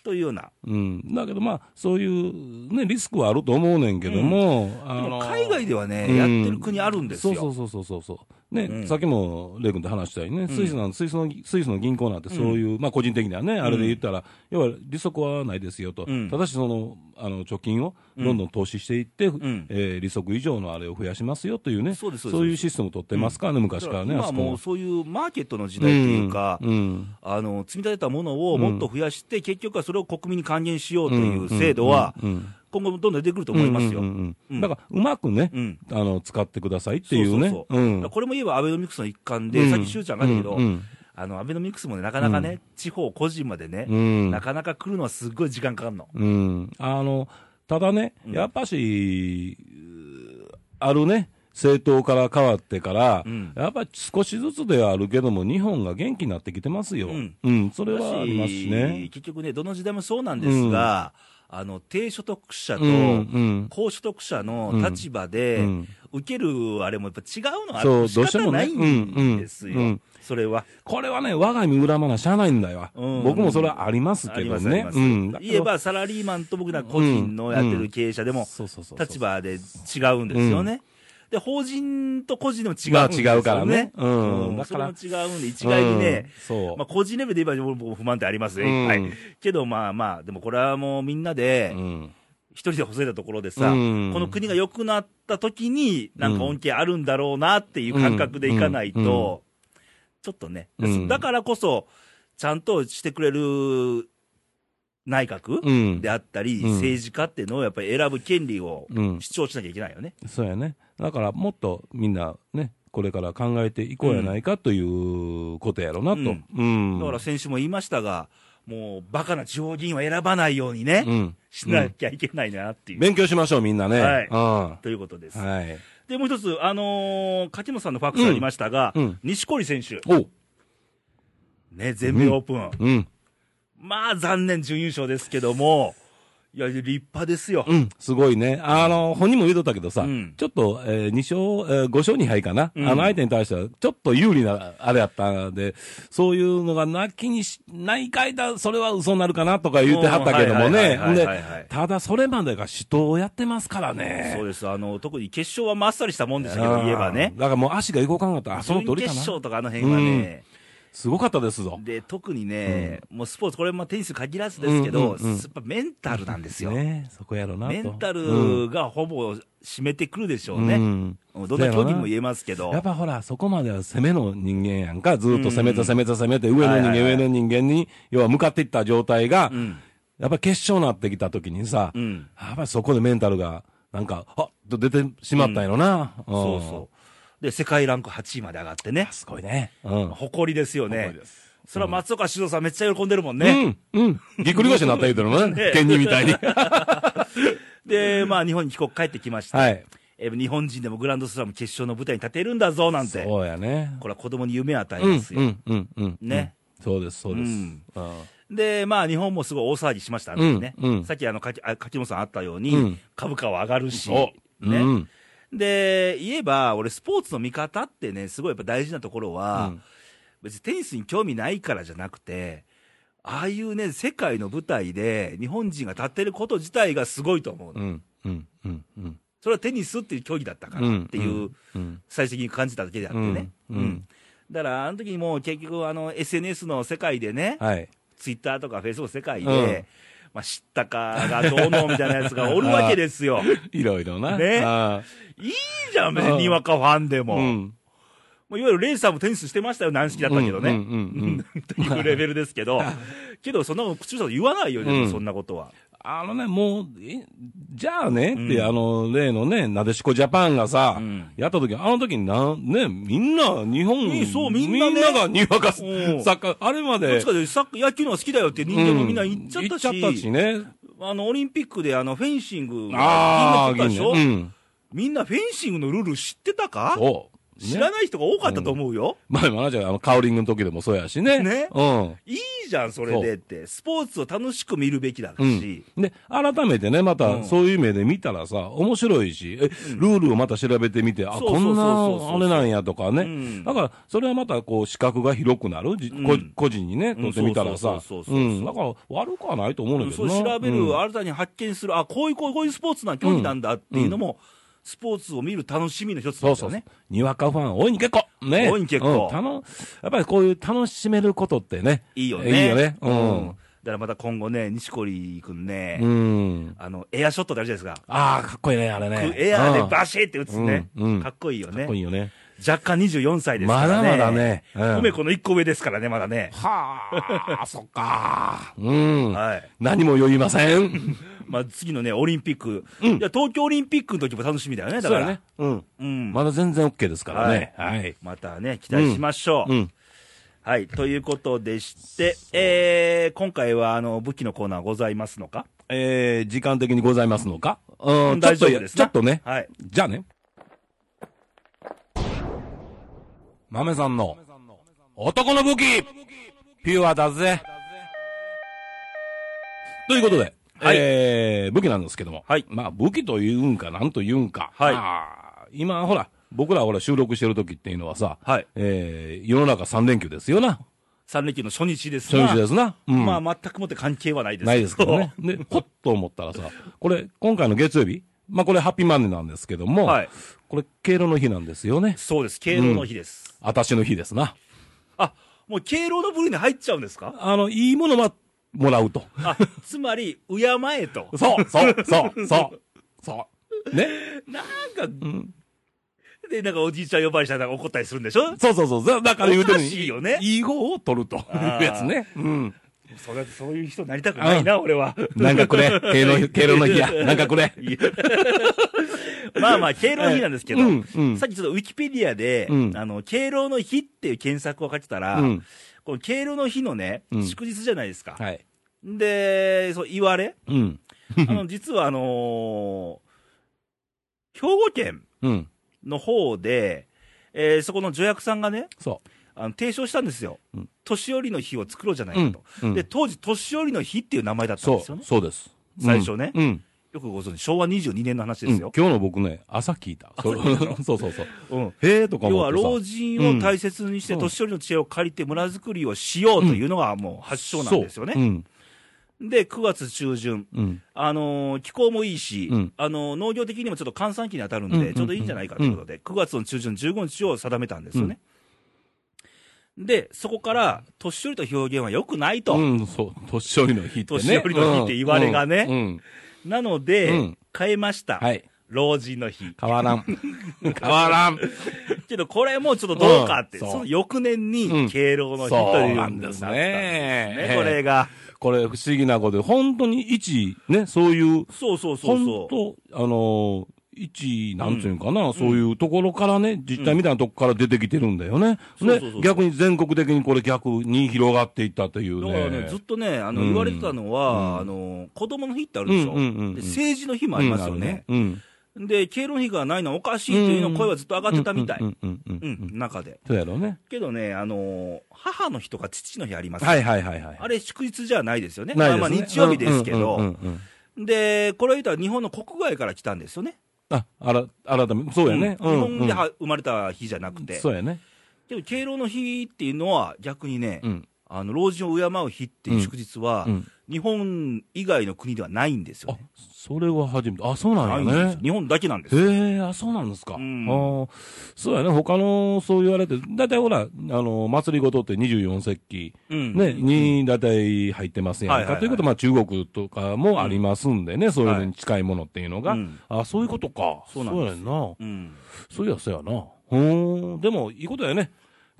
というような、
うんだけどまあ、そういうね、リスクはあると思うねんけども、あ
でも
の
海外ではね、
うん
やってる国あるんですよ。
そうそうそうそうそう。ね、
うん
さっきも、レイ君と話したようにね、スイスなんスイスの、スイスの銀行なんてそういう、まあ個人的にはね、あれで言ったら、要は利息はないですよと。
うん
ただしその、あの、貯金をどんどん投資していって、
ん
えー利息以上のあれを増やしますよというね、
そうですそうです
いうシステムを取ってますからね、昔からね、
だから今は
あそこ
も
は
うそういうマーケットの時代というか、
うんうん
あの積み立てたものをもっと増やして、結局はそれを国民に還元しようという制度は、
うんうん
今後もどんどん出てくると思いますよ。
うんうんうん
うん
だから、うまくね、
うん
あの、使ってくださいってい
そ
うね。
うそうそう
うん
これもいえばアベノミクスの一環で、
うん
さっきしゅうちゃんが言ったけど、
うんうん
あのアベノミクスもね、なかなかね、地方、個人までね、
うん
なかなか来るのはすっごい時間かかるの。
うん、あのただね、やっぱし、うーあるね、政党から変わってから、
ん
やっぱり少しずつではあるけども、日本が元気になってきてますよ、うんんそれはありますし
だ
ね。
結局ね、どの時代もそうなんですが、あの低所得者と、
うんうん
高所得者の立場で、
うん
受けるあれもやっぱ違うのは
そう
仕
どうして
方
もね
ないんですよ、
うんうん
それは。
これはね、我が身恨まなしゃあないんだよ、
うん
僕もそれはあります
あ
け
り
ど
ますあり
ね
ま。す、
うんだけど
言えばサラリーマンと僕ら個人のやってる経営者でも、
そうそうそうそう
立場で違うんですよね。で、法人と個人でも違うん
まあ
ですよ、ね。
違うからねうん
うん。
だ
そ
か
れも
ら
違うんで、一概にね
うん、そう
まあ個人レベルで言えば僕も不満ってありますね、
うん
はい。けどまあまあ、でもこれはもうみんなで
う、ん
一人で細いたところでさ、
うん
この国が良くなった時に、なんか恩恵あるんだろうなっていう感覚でいかない
うんうん
と、ちょっとね、
うん
だからこそ、ちゃんとしてくれる内閣、
うん
であったり、
うん
政治家っていうのをやっぱり選ぶ権利を
うん
主張しなきゃいけないよね。
そうやね。だからもっとみんなね、これから考えていこうやないかということやろなと。
う
うんん。
だから先週も言いましたが、もうバカな地方議員は選ばないようにね、
うん
しなきゃいけないなっていう、
勉強しましょう、みんなね。
はい
うん。は
ということです。
い。
で、もう一つ、あのー柿本さんのファックスありましたが、
うんうん
錦織選手、
おう。
ね、全米オープン、
うん。
まあ残念、準優勝ですけども、いや、立派ですよ。
うん。すごいね。あの、本人も言うとったけどさ、
うん
ちょっと、えー、2勝、えー、5勝2敗かな。
うん
あの相手に対しては、ちょっと有利な、あれやったんで、そういうのがなきにし、ないかいだ、それは嘘になるかなとか言ってはったけどもね。
うんはいはいはいはいはい
でただ、それまでが死闘をやってますからね。
そうですあの特に決勝はまっさりしたもんでしたけど、言えばね
う、んだからもう足が動かんかった。あ、その
準
通り
決
かな。
勝とかあの辺はね、
すごかったですぞ。
で、特にね、もうスポーツ、これもテニス限らずですけど、
うんうんうん
やっぱメンタルなんですよ。
ね、そこやろなと。
メンタ
うん
ルがほぼ占めてくるでしょう
う
ね。
ん
どんな競技も言えますけど。
やっぱほら、そこまでは攻めの人間やんか、ずっと攻めて攻めて攻めて、上の
はい
人
はい
間、
はい
上の人間に、要は向かっていった状態が
う、ん。
やっぱ決勝になってきた時にさ、
う
や
ん。
っぱりそこでメンタルが、なんか、あっと出てしまったんやろな。うん
そうそう。で、世界ランク8位まで上がってね。
すごいね。うん。
誇りですよね
誇りで。
それは松岡修造さんめっちゃ喜んでるもん
う
ね。
ん、うん。ぎっくり腰になった言うてるも んね
ね。
県人みたいに。
で、まあ日本に帰国帰ってきまして、
はい。
え日本人でもグランドスラム決勝の舞台に立てるんだぞなんて。
そうやね。
これは子供に夢を与え
う
ま
ん
す、よ。
うん、うん、うん。
ね
うん。そうです、そうです。
うん
うん
で、まあ、日本もすごい大騒ぎしましたあの時ね、
うんうん
さっきあの柿あ柿本さんあったように、
うん
株価は上がるし、
お
ね
うん
で言えば、俺、スポーツの見方ってね、すごいやっぱ大事なところは、
うん
別にテニスに興味ないからじゃなくて、ああいうね、世界の舞台で日本人が立ってること自体がすごいと思うの、
うん、うん、うん、うん。
それはテニスっていう競技だったからっていう、
うん。
最終的に感じただけであってね。
うんうん
だから、あの時にもう結局、あの、SNS の世界でね、
はい。
ツイッターとかフェイスブック世界で、
うん
まあ、知ったかがどうのみたいなやつがおるわけですよ。
いろいろな。
ね
あ
いいじゃん、別
うん
ににわかファンで
あ
も。
うん。
もういわゆるレイさんもテニスしてましたよ、軟式だったけどね。
うんうん
うんというレベルですけど、けど、そんなこと、口々言わないよ、でも
うん
そんなことは。
あのね、もう、えじゃあね、
ん
って、あの、例のね、なでしこジャパンがさ、
うん
やった時、あの時にな、ね、みんな、日本、
うんそうみんなね
がにわかサ
うん
ッカー、あれま
どっ
で
ちか、というとサッカー、野球の方が好きだよって人間もみんな言っちゃったし、
うん行っちゃったしね。
あの、オリンピックであの、フェンシング、銀メダル取った
ああ、
でしょ、
銀ねうん。
みんなフェンシングのルール知ってたか
そう。
知ら
ね
ない人が多かったと思うよ。
前も話したけどあの、カーリングの時でもそうやしね。
ね
うん。
いいじゃん、それでって。スポーツを楽しく見るべきだし。
うん、で改めてね、ま
う
た
ん
そういう目で見たらさ、面白いし、えルールをまた調べてみて、
そ
あ
うそう
こ
そ
ん
うそう
なあれなんやとか
う
ね、
ん
だからそれはまたこう、視覚が広くなる、じ
うん
こ個人にね、取ってみたら
うん
さ、
そうそうそうそうそ
う
うん
だから悪くはないと思うんだけ
そ
ど
う
な
調べる、
うん
新たに発見する、あこういうこういうこういうスポーツな競技なんだっていうのも、スポーツを見る楽しみの一つ
そ
で
う
す
そう
よね。
にわかファン、大いに結構、ね、
大いに結構
うんたのやっぱりこういう楽しめることってね、
いいよね。
いいよね、う
うんだ
ん、
からまた今後ね、錦織君ね、
うん、
あの、エアショットってあるじゃないですか。
ああ、かっこいいね、あれね、
エアで
ッ
バシーって打つね、
うんうん
かっこいいよ
か
ね
っこいいよね、
若干24歳ですか
ま
らね。
だまだ。ね、うん
梅子の1個上ですからね、まだね。
はあ、そっか。うん。
はい。
何も言いませ ん。
まあ次のね、オリンピック。いや、東京オリンピックの時も楽しみだよね、だから。。
うん。
うん。
まだ全然 OK ですからね。はい。
またね、期待しましょう。
うん。
はい、ということでして、えー、今回はあの武器のコーナーございますのか
えー、時間的にございますのかう、
うんん
ちょっ
大
と
丈夫です
ちょ
な
っとね。
はい。
じゃあね。豆さんの、男の武器ピュアだぜということで、
はい
えー、武器なんですけども、
はい
まあ武器というんか、なんというんか、
はい
まあ今ほら、僕らほら収録してる時っていうのはさ、
はい
えー、世の中3連休ですよな。
三連休の初日です
初
が
日ですな。うん
まあ、全くもって関係はないです
ないですけどね。 で、ほっと思ったらさ、これ、今回の月曜日、まあこれハッピーマンデーなんですけども、
はい
これ、敬老の日なんですよね。
そうです、敬老の日です。
私の日ですな。
あもう敬老の部類に入っちゃうんですか
あの、いいものはもらうと。
あつまり、敬え と。
そう、そう、そう、そう、そう。ね。
なんか、で、なんかおじいちゃん呼ばわりしたらなんか怒ったりするんでしょ
そうそうそう。だだから言うてる
おかしいよね
いい方を取ると
あ
いう
ー
やつね。うん。
それそういう人になりたくないな、俺は。
なんかくれ。敬老、敬老の日や。なんかくれ。
いや まあまあ、敬老の日なんですけど、
うんうん
さっきちょっとウィキペディアで、
うん
あの、敬老の日っていう検索をかけたら、
うん
この敬老の日のね、
うん
祝日じゃないですか。
はい。
で、そう、言われ
うん。
あの、実はあのー兵庫県
うん。
の方で、えーそこの助役さんがね、
そ
あの提唱したんですよ、
うん
年寄りの日を作ろうじゃないかと、
うんうん
で当時、年寄りの日っていう名前だっ
う。
たんです
そ
よ
う。
ね、
そうです。
最初ね
うん。うん
よくご存知、昭和22年の話
う
で
ん
す
今
よ、
日の僕ね、朝聞いた。 そうそうそうそう。
うん
へえとか
要
思
は
ってさ
老人を大切にして、
うん
年寄りの知恵を借りて、村づくりをしようというのがもう発祥なんですよ
そう
ね。
うん。
で、9月中旬、
うん。
あのー気候もいいし、
うん
あのー農業的にもちょっと閑散期に当たるん
うんうんうん
で、ちょうどいいんじゃないかということで、9月の中旬、15日を定めたんですよね。で、そこから、年寄りと表現は良くないと。
うん、そう。年寄りの日ってね。
年寄りの日って言われがね
うんうん。
なので、
うん
変えました。
はい。
老人の日。
変わ らん。変わらん。
けど、これもちょっとどうかって、
うんそう
その翌年
う
に
ん、
敬老の日と
そ
いううのになった
なん
んで
ですす
ね。
ね。
これが。
これ不思議なことで、本当に一、ね、そういう、
そうそうそう
本
そう。
当、あのー、一、なんていうんかな、そういうところからね、実態みたいなとこから出てきてるんだよね。
うんそう
ね
そうそうそう
逆に全国的にこれ逆に広がっていったという
だ
ね。
からね、ずっとね、あの、
うん
言われてたのは、
うん
あの、子供の日ってあるでしょ。
うんうんうんうん
で政治の日もありますよね。
うん。うん
で、敬老の日がないのはおかしいというの声はずっと上がってたみたい。
う
うん
うんうんうんうん
ん、中で。
そうやろうね。
けどね、あの、母の日とか父の日あります。
はいはいはいはい。
あれ、祝日じゃないですよね。
ない
まあ
です
まあ、
ね
日曜日ですけど。
うんうんうんうん
で、これを言ったら日本の国外から来たんですよね。
あ、あら、改め、そうやね。
うん日本で
っ
は生まれた日じゃなくて。
そうやね。
けど、敬老の日っていうのは逆にね、
うん。
あの、老人を敬う日っていう祝日は、
うん
日本以外の国ではないんですよ
あ
ね。、
それは初めて。あ、そうな
ないん
ん
で
や
す
ね
よ。。日本だけなんです
へ
よ。
え、あ、そうなんですか。
うん
あーそうやね。他の、そう言われて、だいたいほら、あの、祭りごとって24節気、
うん
ね、に、だいたい入ってますや
は
ん
いはいは
か。
い
ということは、まあ、中国とかもありますんでね、そういうのに近いものっていうのが
うん。
あ、そういうことか。
そうなんです
やな。
うん。
そういや、そうやな。うーん。でも、いいことやね。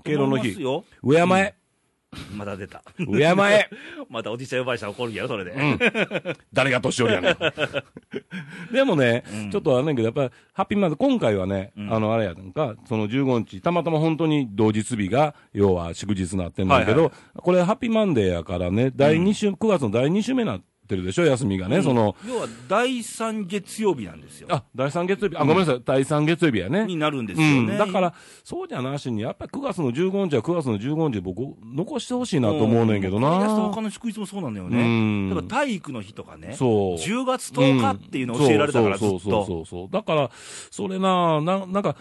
敬老の
思います
日。
よ。
上山へ。
また出た。
上山へ。
またおじいちゃん呼ばれたら怒るんやろ、それで。
誰が年寄りやねん。 でもね、
うん
ちょっとあれねんけど、やっぱり、ハッピーマンで、今回はね、
ん
あの、あれやなんか、その15日、たまたま本当に同日日が、要は祝日になってんだけど、
はい
これ、ハッピーマンデーやからね、第2週、9月の第2週目になってるでしょ、休みがね、その、
要は、第3月曜日なんですよ。
あ、第3月曜日、あ、ごめんなさい、第3月曜日やね。
になるんです
う
よ
ん、
ね。
だから、そうじゃなしに、やっぱり9月の15日は9月の15日で僕、残してほしいなと思うねんけどな。
うん取り出した他の祝日もそうなんだよ
う
ね。
ん
だから体育の日とかね。
そう
10月10日っていうのを教えられたから、ずっ
うんそうそう
と。
そうそうそうだから、それな、ななんか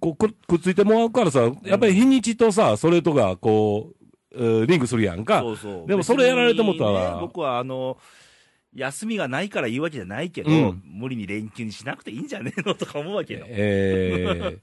こうく、くっついてもらうからさ、やっぱり日にちとさ、それとがこう、えーリンクするやんか。
そうそう
でもそれやられてもった
別にね
ら、
僕はあの、休みがないから言うわけじゃないけど、
うん
無理に連休にしなくていいんじゃねえのとか思うわけよ。
え ー、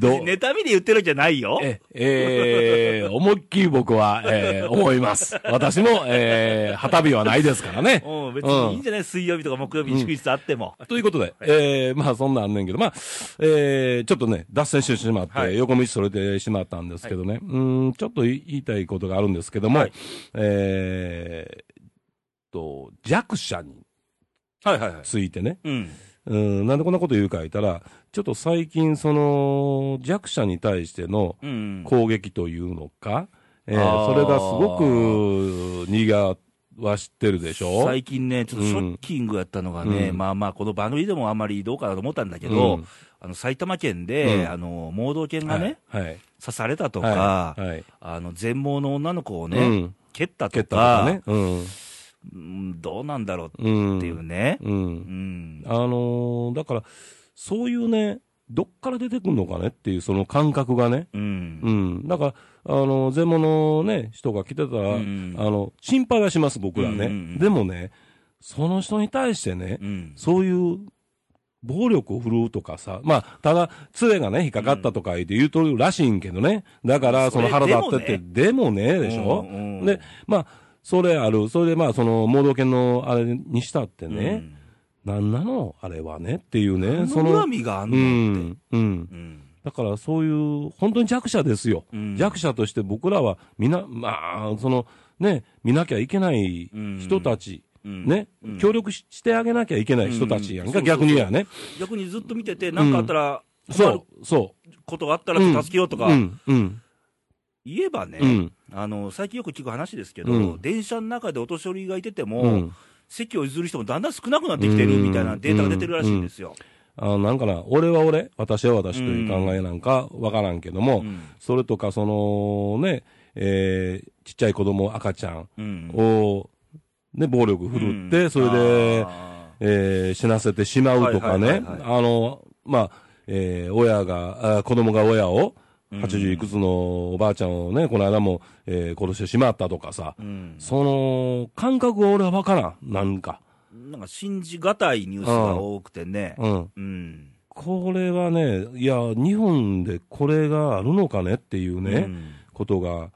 どう、
妬みで言ってるんじゃないよ。
え、えー、思いっきり僕は、えー、思います。私も、えー、旗日はないですからね。
うん、別にいいんじゃない、水曜日とか木曜日に祝日あっても。
ということで、えー、まあそんなんあんねんけど、まあ、えー、ちょっとね、脱線してしまって、
はい
横道それてしまったんですけどね、うーん、ちょっと言いたいことがあるんですけども、
はい
えー、と、弱者に
はいはいはい。
ついてね、
うん。
うーん、なんでこんなこと言うか言ったら、ちょっと最近、その、弱者に対しての
うん。
攻撃というのか、え
あ
ー、
ー
それがすごく苦は知ってるでしょ
最近ね、ちょっとショッキングやったのがね、
うん
まあまあ、この番組でもあまりどうかなと思ったんだけど、
うん
あの埼玉県で、
うん
あの盲導犬がね、
はい。はい。
刺されたとか、
はい。はい
あの全盲の女の子をね、
うん
蹴った
蹴
と
ったと
か
かね。うん。
うん、どうなんだろう
うん
っていうね、
う
うん
ん。
うん
あのーだから、そういうね、どっから出てくるのかねっていう、その感覚がね。うん。だから、あのー、全盲のね、人が来てたら、
うん
あの、心配はします、僕らね。
うんうんうん
でもね、その人に対してね、
うん
そういう、暴力を振るうとかさ。まあ、ただ、杖がね、引っかかったとか言って言うとるらしいんけどね。だから、その
それ
腹立ってって、でもね、でしょ、
うんうん
で、まあ、それある。それで、まあ、その、盲導犬のあれにしたって
うん
ね、なんなのあれはねっていうね、
そ
そ
の
の
恨、みがあん
う
のって、
ん、うん。
うん
だからそういう、本当に弱者ですよ。
うん
弱者として僕らは、みな、まあ、その、ね、見なきゃいけない人たち、
うん
ね、
うん
協力ししてあげなきゃいけない人たちやんか、
うん
逆にやね。
逆にずっと見てて、なんかあったら、
そう、そ
ことがあった
う。
ら助けようとか、
うん、うん、
言えばね、
うん、
あの最近よく聞く話ですけど、
うん
電車の中でお年寄りがいてても、
うん。
席を譲る人もだんだん少なくなってきてるみたいなデータが出てるらしいんですよ。
あなんかな、俺は俺、私は私という考えなんかわからんけども、
うん
それとか、そのね、えーちっちゃい子供、赤ちゃん
うん
を、ね、暴力振るって、
うん
それで、
あ
えー死なせてしまうとか
はい
ね、
はいはい
あの、まあ、えー親が、あ子供が親を、
うん
80いくつのおばあちゃんをね、この間も、えー殺してしまったとかさ、
ーうん
その、感覚が俺はわからん、なんか。
なんか信じがたいニュースが多くてね、
うん。
うん
これはね、いや、日本でこれがあるのかねっていうね、
うん
ことが、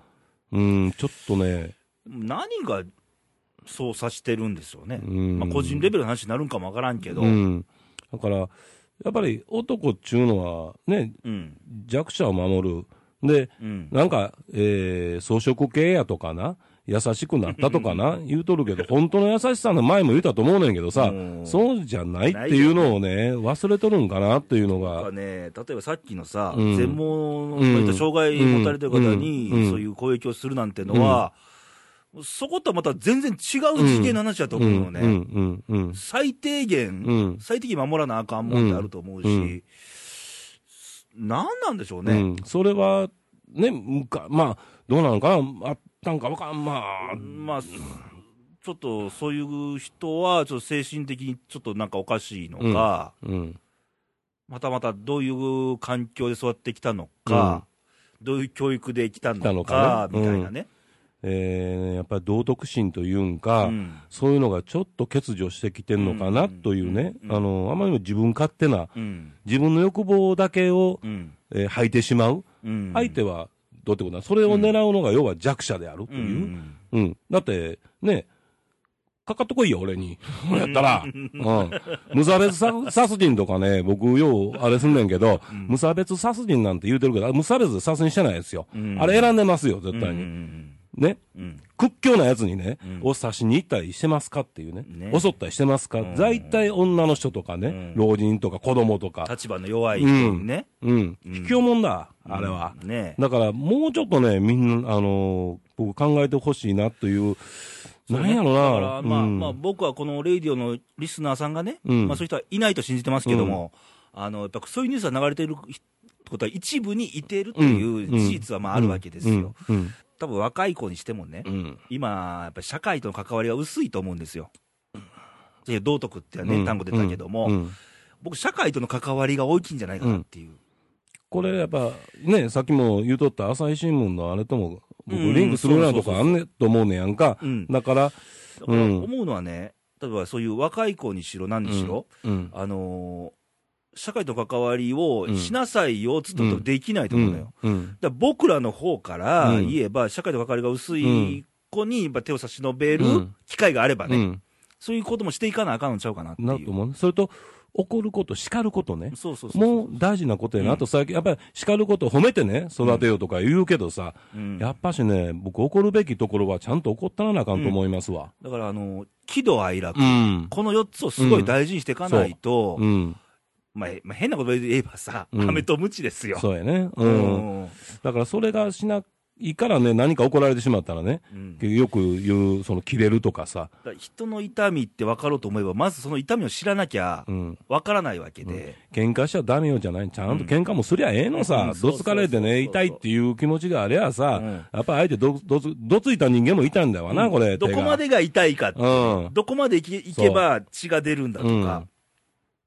うん、ちょっとね、
何が操作してるんでしょうね、
うん
まあ、個人レベルの話になるんかもわからんけど、
う、ん、だから、やっぱり男っちゅうのは、ね、
うん、
弱者を守る。で、
うん、
なんか、えー、装飾系やとかな、優しくなったとかな、言うとるけど、本当の優しさの前も言うたと思うねんけどさ
う、ん
そうじゃないっていうのをね、忘れとるんかなっていうの
なんか
が、
ね、例えばさっきのさ、
うん
全盲の、そういった障害を持たれてる方に、
うんうん
そういう攻撃をするなんてのは、そことはまた全然違う次元の話だと
うん、う
思うんの、ね、
うん、うん。
最低限、
うん
最低限守らなあかんもんってあると思うし、
う
なんんなんでしょう
う
ね、
ん、それは、ね、むか、まあ、どうなのかな、あったんかわかん、まあ、
まあ、すちょっとそういう人は、ちょっと精神的にちょっとなんかおかしいのか、
うん、
またまたどういう環境で育ってきたのか、どういう教育で来たの
来
か、
たのかね
みたいなね。
えー、やっぱり道徳心というんか、
うん
そういうのがちょっと欠如してきてんのかなというね、
うん
あの、あまりにも自分勝手な、
うん
自分の欲望だけを、
うん
えー吐いてしまう。
うん
相手は、どうってことだそれを狙うのが、要は弱者であると
う
いう。うん。
ん
だって、ね、かかってこいよ、俺に。やったら。うん。無差別さ殺人とかね、僕、よう、あれすんねんけど、無差別殺人なんて言うてるけど、無差別で殺人してないですよ。
うん
あれ選んでますよ、絶
うんう
対に。
ん
ね。
うん
屈強なやつにね、
うん
を刺しに行ったりしてますかっていうね、
ね
襲ったりしてますか、
うん
大体女の人とかね、
ん
老人とか子供とか、
立場の弱い人にね、
うん、
うん
卑怯者だ、あれは。
ね
だから、もうちょっとね、みんな、あのー僕考えてほしいなという、なんやろ
だ
な
か、ら、まあ、
うん
まあ、僕はこのレイディオのリスナーさんがね、
うん
まあ、そういう人はいないと信じてますけども、あの、やっぱそういうニュースが流れていることは一部にいてるという事実はまああるわけですよ。
うん
多分若い子にしてもね、
うん
今、やっぱ社会との関わりが薄いと思うんですよ。で道徳ってね、単語出たけども、
うんうん
僕、社会との関わりが大きいんじゃないかなっていう。
これやっぱね、さっきも言うとった朝日新聞のあれとも、僕、
うん
リンクするようなとこあんねと思うねやんか、
うん
だから、
だから
うん
思うのはね、例えばそういう若い子にしろ、何にしろ、
うん
あのー社会との関わりをしなさいよっつってもできないと思うのよ。
うん
だから僕らの方から
うん
言えば、社会と関わりが薄い子にやっぱ手を差し伸べる
うん
機会があれば
う
ね、
ん
そういうこともしていかなあかんのちゃうかなって
ないと
う。
思うね。それと、怒ること、叱ることね。
そうそうそう。
もう大事なことやな。
うん
あと最近、やっぱり叱ること、褒めてね、育てようとか言うけどさ、
うん
やっぱしね、僕怒るべきところはちゃんと怒ったらなあかんと思いますわ。
だから、あのー喜怒哀楽、
うん。
この4つをすごい大事にしていかないと、
うん。
まあ、まあ変なことで言えばさ、
うん
飴とムチですよ。
そうやね。
う
うん。だからそれがしないからね、何か怒られてしまったらね、
うん
よく言う、その、切れるとかさ、
だから人の痛みって分かろうと思えば、まずその痛みを知らなきゃ
うん。
分からないわけで、
喧嘩しちゃダメよじゃない。ちゃんと喧嘩もすりゃええの
うんう
さ
ん、そうそうそうそ
どつ
う
かれてね、痛いっていう気持ちがあればさ、
うん
やっぱり相手ど、どつ、どついた人間もいたんだわな、これ。
ど
手
こ
が
までが痛いかって、
うん
どこまでいけいけば血が出るんだとか、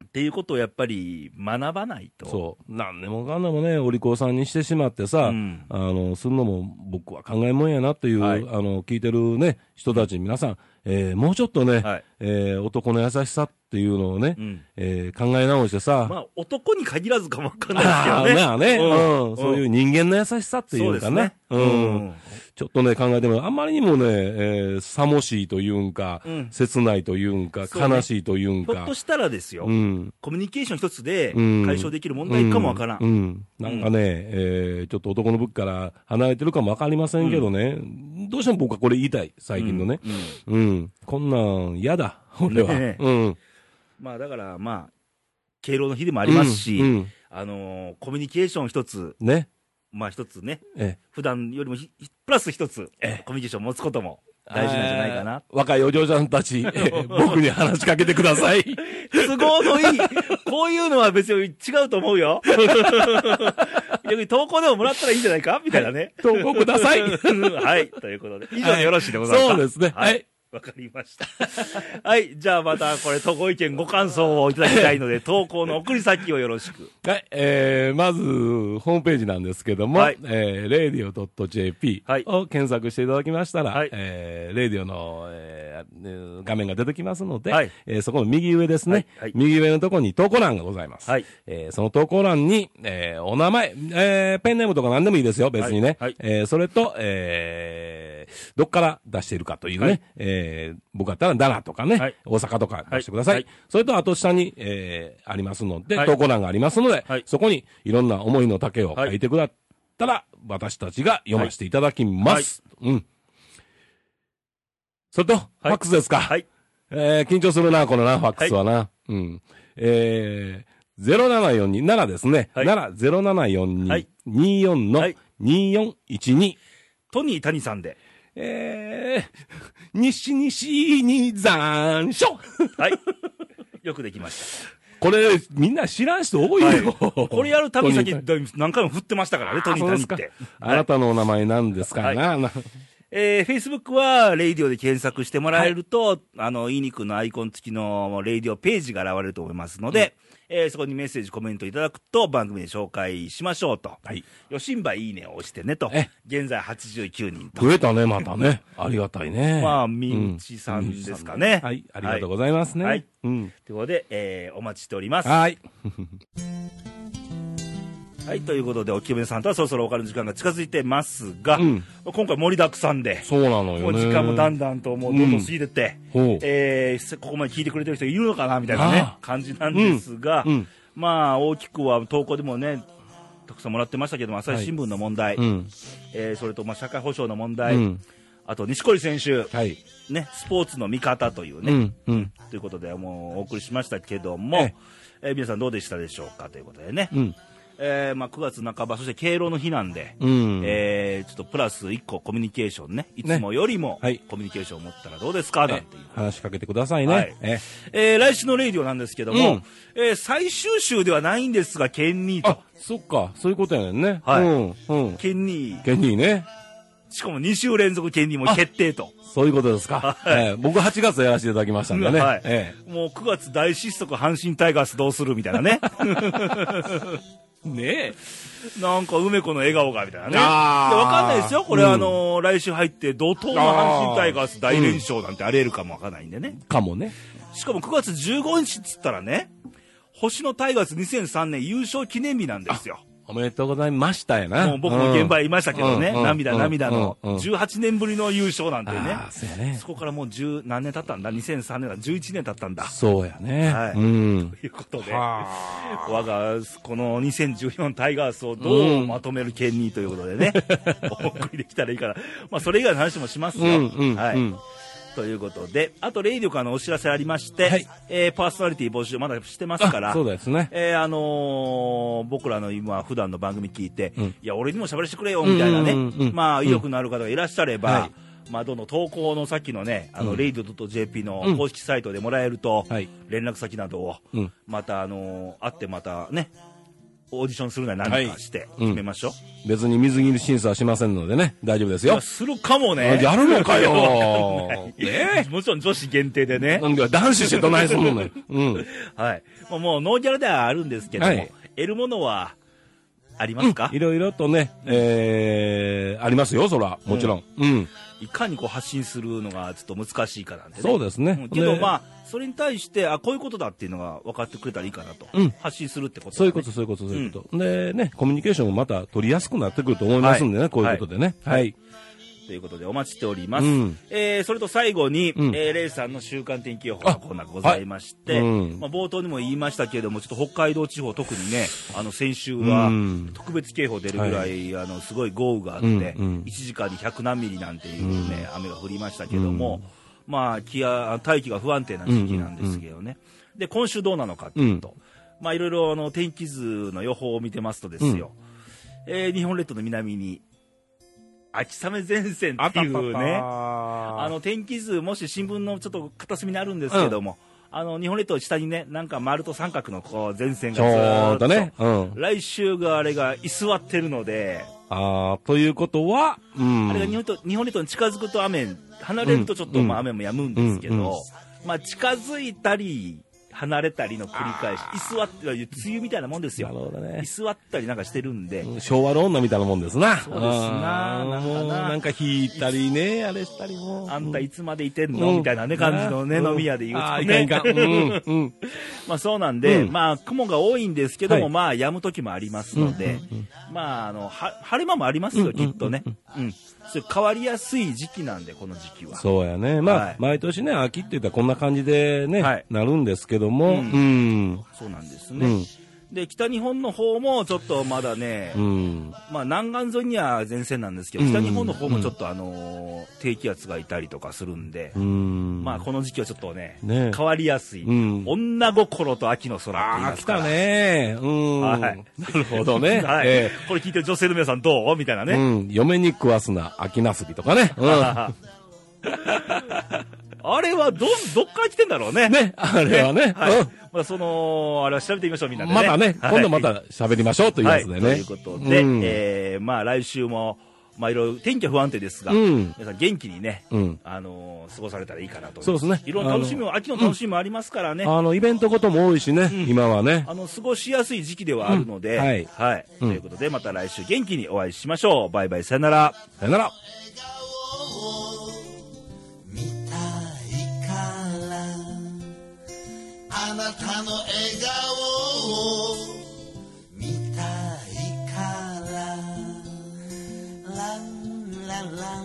っていうことをやっぱり学ばないと。
そう。なんでもかんでもね、お利口さんにしてしまってさ、
うん
あの、するのも僕は考えもんやなっていう、
はい
あの、聞いてるね、人たち、皆さん、えーもうちょっとね、
はい
えー男の優しさっていうのをね、
うん
えー考え直してさ、
まあ、男に限らずかもわかんないですけ
あ
どね。
ー まあね、うんそういううん人間の優しさってい
そう
う
で
か
す
ね
ね。。
うんちょっとね、考えても、あんまりにもね、えー、さもしいというんか、
うん
切ないというんか、
そうね
悲しいという
ひ
ん
ょっ
か
と、したらですよ、
うん、
コミュニケーション一つで
うん
解消できる問題かもわからん。
うんうんなんかね、えーちょっと男の武器から離れてるかもわかりませんけどね、どうしても僕はこれ言いたい、最近のね。
うん
うん。こんなん嫌だ、俺は。
ねえ
うん。
まあ、だから、まあ、敬老の日でもありますし、
うんうん
あのーコミュニケーション一つ、
ね。
まあ一つね、
え
普段よりもひひプラス一つ、コミュニケーション持つことも大事なんじゃないかな。
えー若いお嬢ちゃんたち、えー僕に話しかけてくだ さい。
都合のいい。こういうのは別に違うと思う よ。逆に投稿でももらったらいいんじゃないかみたいなね。
投稿くださ い。
うんはい。ということで。以上でよろしいでございますか、
そうですね。はい。
わかりました。はい。じゃあまた、これ、ご意見、ご感想をいただきたいので、投稿の送り先をよろしく。
はい、えー、まず、ホームページなんですけども、
はい
えー、radio.jp
はい
を検索していただきましたら、
はい
えー、radio の、えー、画面が出てきますので、
はい
えーそこの右上ですね、
はいはい
右上のところに投稿欄がございます。
はい
えーその投稿欄に、えー、お名前、えー、ペンネームとか何でもいいですよ、別にね。
はいはい
えー、それと、えー、どっから出しているかというね、
はい
えー、僕だったら奈良とかね、
はい
大阪とか出してください。
はいはい
それと、あと下に、えー、ありますので、
はい
投稿欄がありますので、
はい
そこにいろんな思いの丈を書いてくだったら、私たちが読ませていただきます。うん。それと、ファックスですか。
はい。
えー緊張するな、このな、ファックスはな。うん。えー、0742、7ですね。
はい
奈良0742、
はい
24の、
はい
2412。
トニー谷さんで。
えー、西西に残暑
はい。よくできまし
これ、みんな知らん人多いよ。
た。 これやるたび
本
先
当に
何回も振ってましたからね、トニー
そうで
谷っ
すか
て。
あなたのお名前なんですからな。な
えー、Facebook は、レイディオで検索してもらえると、あの、イニクのアイコン付きのレイディオページが現れると思いますので、えーそこにメッセージ、コメントいただくと、番組で紹介しましょうと。
はい。
よしんばいいねを押してねと
え。
現在89人と。
増えたね、またね。ありがたいね。
まあ、みんちさんですかね。
はい、ありがとうございますね。
はい
うん。
ということで、えーお待ちしております。
はい。
はい、ということで、おきめさんとはそろそろお別れの時間が近づいてますが、
うん
今回盛りだくさんで、
そうなの
も
よ
う
ね。
時間もだんだんともうどんどん過ぎてって、
ほう
えーここまで聞いてくれてる人いるのかなみたいな
あ
ね
あ、
感じなんですが、
うんうん
まあ、大きくは投稿でもね、たくさんもらってましたけども、朝日新聞の問題、
うん。
えーそれとまあ社会保障の問題、
うん
あと錦織選手、
はい。
ね、スポーツの見方というね、
うん。うん。
ということで、もうお送りしましたけども
え、
えー皆さんどうでしたでしょうかということでね、
うん。
えーまあ、9月半ば、そして敬老の日なんで、
うん。
えーちょっとプラス1個コミュニケーションね、いつもよりも
はい
コミュニケーションを持ったらどうですかなんていう。
話しかけてください
はい
ね。え
えー来週のレイディオなんですけども、
うん
えー最終週ではないんですが、ケンニー
あ
と。、
そっか、そういうことやねんね。
はい
うん。うん。
ケンニー、
ケニーね。
しかも2週連続ケンニーも決定と。
そういうことですか。ええ僕8月やらせていただきましたんでね。
はい
え
もう9月大失速阪神タイガースどうするみたいな ね。
えね
なんか梅子の笑顔がみたいなね。で
あー
わかんないですよ。これ、
うん
あのー来週入って怒涛の阪神タイガース大連勝なんてあり得るかもわかんないんでね。
え。かもね。
しかも9月15日っつったらね、星のタイガース2003年優勝記念日なんですよ。
おめでとうございましたやな。
もう僕も現場
に
にいましたけどね、
うんうん
涙涙の
うんうん
18年ぶりの優勝なんてね。
ああ、そうやね
そ。こからもう10何年経ったんだ ?2003 年だ、11年経ったんだ。
そうやね。
はい
うん。
ということで、
は
我がこの2014タイガースをどうまとめる権利ということで ね、お送りできたらいいから、まあ、それ以外の話もしますよ。
うんうん
はい
うん
ということで、あと、レイディオからのお知らせありまして、
はい
えーパーソナリティ募集まだしてます
あ
から、
そうですね。
えーあのー僕らの今、普段の番組聞いて、
うん
いや、俺にも喋らせてくれよ、みたいなね、
うんうんうん
まあ、意欲のある方がいらっしゃれば、
はい
まあ、どんどん投稿のさっきのね、あの、
うん
レイド .jp の
うん
公式サイトでもらえると、
はい
連絡先などを、
うん
また、あのー会ってまたね、オーディションするなり何かして
うん
決めましょう。
別に水着審査はしませんのでね、大丈夫です
い
よ
や。するかもね。
やるのかよ
いや わかんない
ね
もちろん女子限定でね
な。んか男子してどないすんのね。うん。
はい。もうもうノーギャラではあるんですけども、
はい
得るものはありますか、
いろいろとね、えー、ありますよ、そら。もちろん。うん。
いかにこう発信するのがちょっと難しいかなんてね。
そうですね
んけど、
ね
まあ、それに対して、あ、こういうことだっていうのが分かってくれたらいいかなと。
うん
発信するってこと、
そういうこと、。そういうこと、そういうこと。でね、コミュニケーションもまた取りやすくなってくると思いますんでね、
はい
こういうことでね。はい。
ということで、お待ちしております。
うん
えーそれと最後に、
うん
えーレイさんの週間天気予報のコーナーがございまして、
はいうん
まあ、冒頭にも言いましたけれども、ちょっと北海道地方、特にね、あの、先週は
うん、
特別警報出るぐらい、
は
あの、すごい豪雨があって、
うんうん
1時間に100何ミリなんていうね、雨が降りましたけども、まあ、気や、大気が不安定な時期なんですけどね。で、今週どうなのかっていうと、まあ、いろいろ、あの、天気図の予報を見てますとですよ、えー日本列島の南に、秋雨前線っていうね、あ
あ
の天気図、もし新聞のちょっと片隅にあるんですけども、あの日本列島下にね、なんか丸と三角のこう前線
ち
がずー
ょ
っ
う
と
どね。うん。
来週があれが居座ってるので、
あーということは、うん。
あれが日本と日本列島に近づくと雨離れるとちょっと、
うん
まあ、雨も止むんですけど、
うんうん
まあ、近づいたり、離れたりの繰り返し、居座って、梅雨みたいなもんです
な
よ
る。ほどね
居。座ったりなんかしてるんで、
昭和の女みたいなもんですな。
そうですな
あー
なんかな
もうなんか引いたりね、あれしたりもう。
あんた
う
いつまでいてんの、みたいなね、感じのね、
うん
飲み屋で言う
あ
と
ーいかん
ね
い。かん。うん、うん。
まあそうなんで、
うん
まあ雲が多いんですけども、
はい
まあ止む時もありますので、まああの、は晴れ間もありますよ、きっとね。うん。そう変わりやすい時期なんで、この時期は。
そうやね。まあ、
はい
毎年ね、秋って言ったらこんな感じでね、
はい
なるんですけども、う
うん
ん。
そうなんです
う
ね。
ん。
で、北日本の方もちょっとまだね、
うん。
まあ南岸沿いには前線なんですけど、
うん
北日本の方もちょっとあのー低気圧がいたりとかするんで、
うん。
まあこの時期はちょっとね、
ね
変わりやすい、
うん
女心と秋の空って言い
ああ、
ます
来
から
たね。うん。
はい
なるほど ね。
はい、
え
これ聞いてる女性の皆さんどうみたいな
え
ね。
うん。嫁に食わすな、秋なすびとかね。う
あれはど、どっから来てんだろうね。
ん。ね、あれはね。
はい。
う
まあ、その、あれは調べてみましょう、みんなで
ん。
ね。
またね、
はい
今度また喋りましょうというやつで
は
ね。
い、ということで、
うん
えー、まあ、来週も、まあ、いろいろ、天気は不安定ですが、
うん
皆さん元気にね、
うん
あのー過ごされたらいいかなと思います。
そうですね
いろんな楽しみも、秋の楽しみもありますからね。
あの、イベントことも多いしね、今はね。
あの、過ごしやすい時期ではあるので、
うんはい
ということで、また来週元気にお会いしましょう。バイバイ、さよなら。
さよなら。
「見たいから」「あなたの笑顔を見たいから」「ランランランラン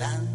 ラン